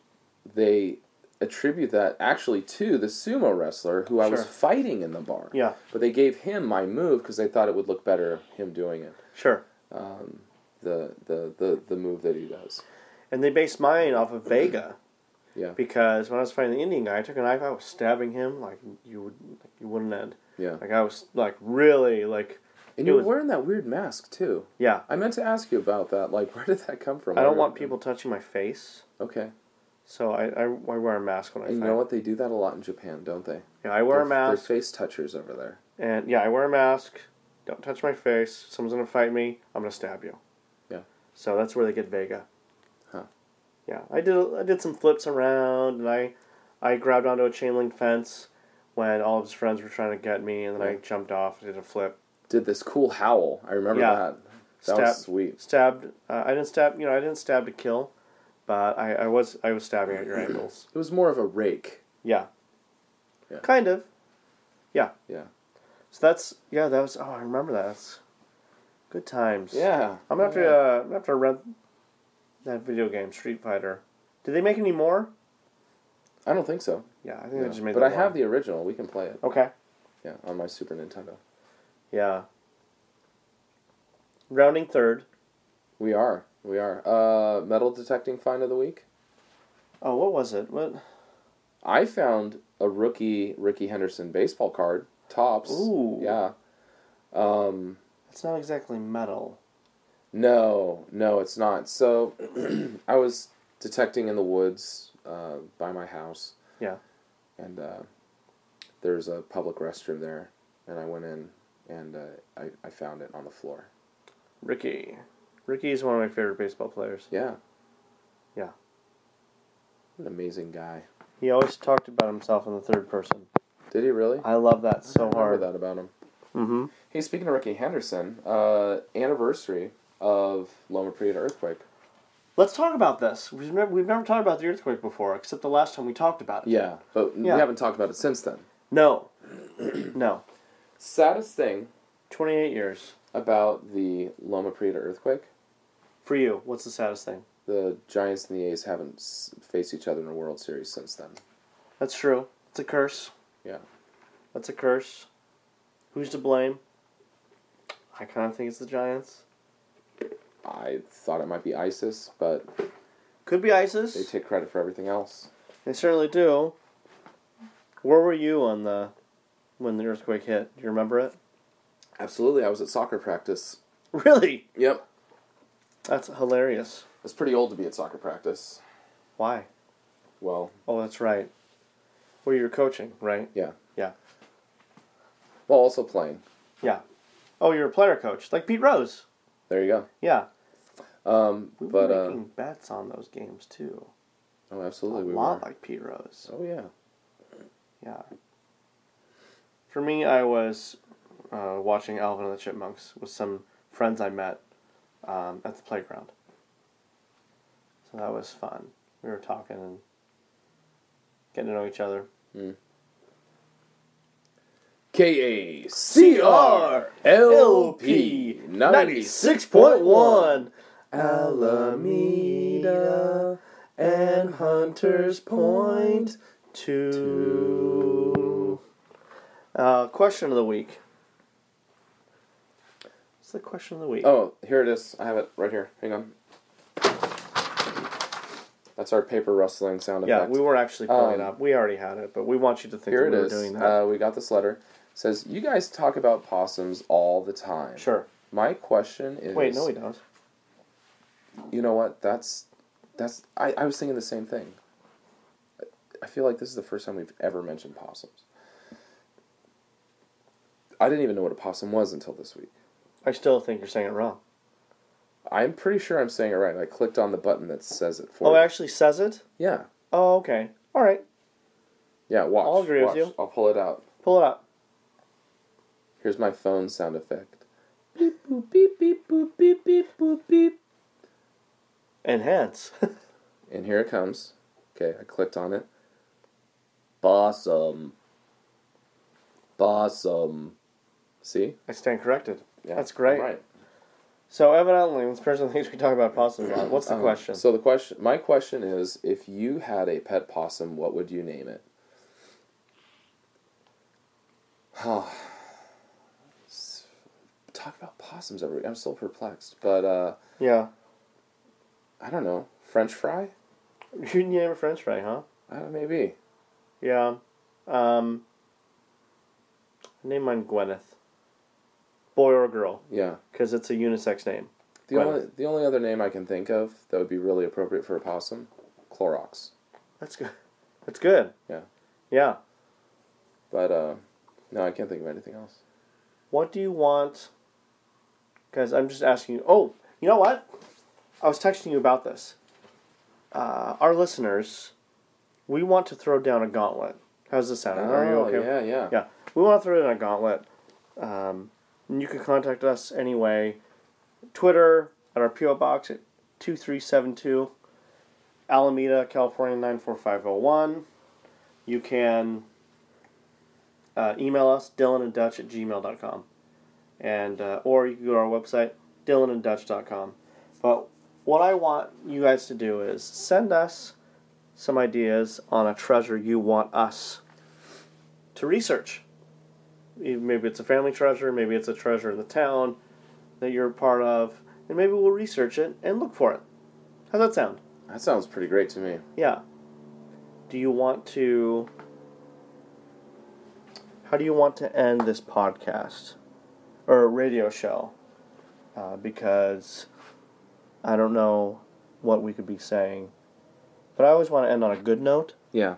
Speaker 2: they attribute that actually to the sumo wrestler who I was
Speaker 1: Sure.
Speaker 2: fighting in the bar.
Speaker 1: Yeah.
Speaker 2: But they gave him my move because they thought it would look better him doing it.
Speaker 1: Sure.
Speaker 2: Um, the, the the the move that he does.
Speaker 1: And they based mine off of Vega.
Speaker 2: Yeah.
Speaker 1: Because when I was fighting the Indian guy, I took a knife. I was stabbing him like you would, like you wouldn't end.
Speaker 2: Yeah.
Speaker 1: Like I was like really like
Speaker 2: And
Speaker 1: It
Speaker 2: you're
Speaker 1: was-
Speaker 2: wearing that weird mask too.
Speaker 1: yeah.
Speaker 2: I meant to ask you about that. Like, where did that come from?
Speaker 1: I don't
Speaker 2: Where-
Speaker 1: want people touching my face,
Speaker 2: Okay.
Speaker 1: so I I, I wear a mask when I
Speaker 2: And you
Speaker 1: fight.
Speaker 2: know what? They do that a lot in Japan, don't they?
Speaker 1: Yeah, I wear a
Speaker 2: They're-
Speaker 1: mask.
Speaker 2: They're face touchers over there.
Speaker 1: And yeah, I wear a mask. Don't touch my face. Someone's gonna fight me. I'm gonna stab you.
Speaker 2: Yeah.
Speaker 1: So that's where they get Vega.
Speaker 2: Huh.
Speaker 1: Yeah, I did. I did some flips around, and I, I grabbed onto a chain link fence when all of his friends were trying to get me, and then I
Speaker 2: Yeah.
Speaker 1: jumped off, did a flip,
Speaker 2: Did this cool howl. I remember
Speaker 1: Yeah.
Speaker 2: that. That
Speaker 1: Stab-
Speaker 2: was sweet.
Speaker 1: stabbed. Uh, I didn't stab. You know, I didn't stab to kill, but I, I was I was stabbing at your ankles.
Speaker 2: It was more of a rake.
Speaker 1: Yeah.
Speaker 2: Yeah.
Speaker 1: Kind of.
Speaker 2: Yeah.
Speaker 1: So that's yeah. That was oh I remember that. That's good times.
Speaker 2: Yeah.
Speaker 1: I'm gonna have to.
Speaker 2: Yeah.
Speaker 1: Uh, I'm gonna have to rent that video game, Street Fighter. Did they make any more?
Speaker 2: I don't think so.
Speaker 1: Yeah, I think
Speaker 2: No.
Speaker 1: they just made.
Speaker 2: But
Speaker 1: that
Speaker 2: I have
Speaker 1: one.
Speaker 2: the original. We can play it.
Speaker 1: Okay.
Speaker 2: Yeah, on my Super Nintendo.
Speaker 1: Yeah. Rounding third.
Speaker 2: We are. We are. Uh, metal detecting find of the week.
Speaker 1: Oh, what was it? What?
Speaker 2: I found a rookie Ricky Henderson baseball card. Tops.
Speaker 1: Ooh.
Speaker 2: Yeah. Um,
Speaker 1: It's not exactly metal.
Speaker 2: No, no, it's not. So, I was detecting in the woods uh, by my house.
Speaker 1: Yeah.
Speaker 2: And uh, there's a public restroom there, and I went in and uh, I, I found it on the floor.
Speaker 1: Ricky. Ricky is one of my favorite baseball players.
Speaker 2: Yeah.
Speaker 1: Yeah.
Speaker 2: What an amazing guy.
Speaker 1: He always talked about himself in the third person.
Speaker 2: Did he really?
Speaker 1: I love that
Speaker 2: I
Speaker 1: so
Speaker 2: remember
Speaker 1: hard.
Speaker 2: that about him.
Speaker 1: Mm-hmm.
Speaker 2: Hey, speaking of Ricky Henderson, uh, anniversary of Loma Prieta earthquake.
Speaker 1: Let's talk about this. We've never we've never talked about the earthquake before, except the last time we talked about it.
Speaker 2: Yeah, but
Speaker 1: Yeah.
Speaker 2: we haven't talked about it since then.
Speaker 1: No. no.
Speaker 2: Saddest thing
Speaker 1: Twenty eight years.
Speaker 2: about the Loma Prieta earthquake
Speaker 1: For you, what's the saddest thing?
Speaker 2: the Giants and the A's haven't s- faced each other in a World Series since then.
Speaker 1: That's true. It's a curse.
Speaker 2: Yeah.
Speaker 1: That's a curse. Who's to blame? I kind of think it's the Giants.
Speaker 2: I thought it might be ISIS, but
Speaker 1: Could be ISIS.
Speaker 2: they
Speaker 1: They,
Speaker 2: take credit for everything else.
Speaker 1: certainly do. Where were you on the when the earthquake hit? Do you remember it?
Speaker 2: Absolutely, I was at soccer practice.
Speaker 1: Really?
Speaker 2: Yep.
Speaker 1: That's hilarious.
Speaker 2: It's pretty old to be at soccer practice.
Speaker 1: Why?
Speaker 2: Well,
Speaker 1: Oh, that's right. Well, you were coaching, right?
Speaker 2: yeah.
Speaker 1: Yeah.
Speaker 2: Well, also playing.
Speaker 1: Yeah. Oh, you're a player coach, like Pete Rose.
Speaker 2: There you go.
Speaker 1: Yeah.
Speaker 2: Um,
Speaker 1: We
Speaker 2: but
Speaker 1: were
Speaker 2: uh,
Speaker 1: making bets on those games too.
Speaker 2: oh,
Speaker 1: A
Speaker 2: absolutely, we
Speaker 1: lot
Speaker 2: were.
Speaker 1: like Pete Rose.
Speaker 2: Oh yeah.
Speaker 1: Yeah. For me, I was uh, watching Alvin and the Chipmunks with some friends I met um, at the playground. So that was fun. We were talking and getting to know each other.
Speaker 2: K A C R L P ninety six point one Alameda and Hunters Point.
Speaker 1: Two. Uh, question of the week. What's the question of the week?
Speaker 2: Oh, here it is. I have it right here. Hang on. That's our paper rustling sound
Speaker 1: yeah,
Speaker 2: effect.
Speaker 1: we were actually pulling it
Speaker 2: Um,
Speaker 1: up. We already had it, but we want you to think
Speaker 2: Here
Speaker 1: that
Speaker 2: it
Speaker 1: we were
Speaker 2: is.
Speaker 1: doing that.
Speaker 2: Uh, we got this letter. It says you guys talk about possums all the time.
Speaker 1: sure.
Speaker 2: My question is.
Speaker 1: Wait, no, we don't.
Speaker 2: You know what? That's that's. I, I was thinking the same thing. I- I feel like this is the first time we've ever mentioned possums. I didn't even know what a possum was until this week.
Speaker 1: I still think you're saying it wrong.
Speaker 2: I'm pretty sure I'm saying it right. I clicked on the button that says it for
Speaker 1: Oh,
Speaker 2: me.
Speaker 1: it actually says it?
Speaker 2: yeah.
Speaker 1: Oh, okay. All right.
Speaker 2: Yeah, watch.
Speaker 1: I'll agree with
Speaker 2: watch.
Speaker 1: you.
Speaker 2: I'll pull it out.
Speaker 1: Pull it up.
Speaker 2: Here's my phone sound effect. Beep boop beep beep boop beep beep boop beep.
Speaker 1: Enhance.
Speaker 2: And here it comes. Okay, I clicked on it. Possum. Possum. See?
Speaker 1: I stand corrected.
Speaker 2: Yeah,
Speaker 1: That's great.
Speaker 2: I'm Right.
Speaker 1: So, evidently, this person thinks we talk about possums a lot. What's the
Speaker 2: Um,
Speaker 1: question?
Speaker 2: So the question, my question is, if you had a pet possum, what would you name it? S- Talk about possums every. I'm still perplexed, but uh,
Speaker 1: yeah.
Speaker 2: I don't know. French fry?
Speaker 1: You'd name a french fry, huh?
Speaker 2: I don't maybe.
Speaker 1: Yeah. Um, name mine Gwyneth. Boy or girl,
Speaker 2: Yeah.
Speaker 1: because it's a unisex name.
Speaker 2: The
Speaker 1: Gwyneth.
Speaker 2: only the only other name I can think of that would be really appropriate for a possum, Clorox.
Speaker 1: That's good. That's good.
Speaker 2: Yeah.
Speaker 1: Yeah.
Speaker 2: But uh, no, I can't think of anything else.
Speaker 1: What do you want? Guys, I'm just asking you. Oh, you know what? I was texting you about this. Uh, our listeners, we want to throw down a gauntlet. How's this sound? Are you
Speaker 2: Oh,
Speaker 1: okay?
Speaker 2: Yeah, yeah.
Speaker 1: Yeah, we want to throw down a gauntlet. Um, and you can contact us anyway. Twitter at our PO box at two three seven two, Alameda, California nine four five zero one. You can uh, email us Dylan and Dutch at gmail.com. and uh, or you can go to our website dylananddutch.com. But what I want you guys to do is send us some ideas on a treasure you want us to research. Even- Maybe it's a family treasure, maybe it's a treasure in the town that you're a part of, and maybe we'll research it and look for it. How's that sound?
Speaker 2: That sounds pretty great to me.
Speaker 1: Yeah. Do you want to. How do you want to end this podcast or radio show? Uh, because I don't know what we could be saying, but I always want to end on a good note.
Speaker 2: Yeah.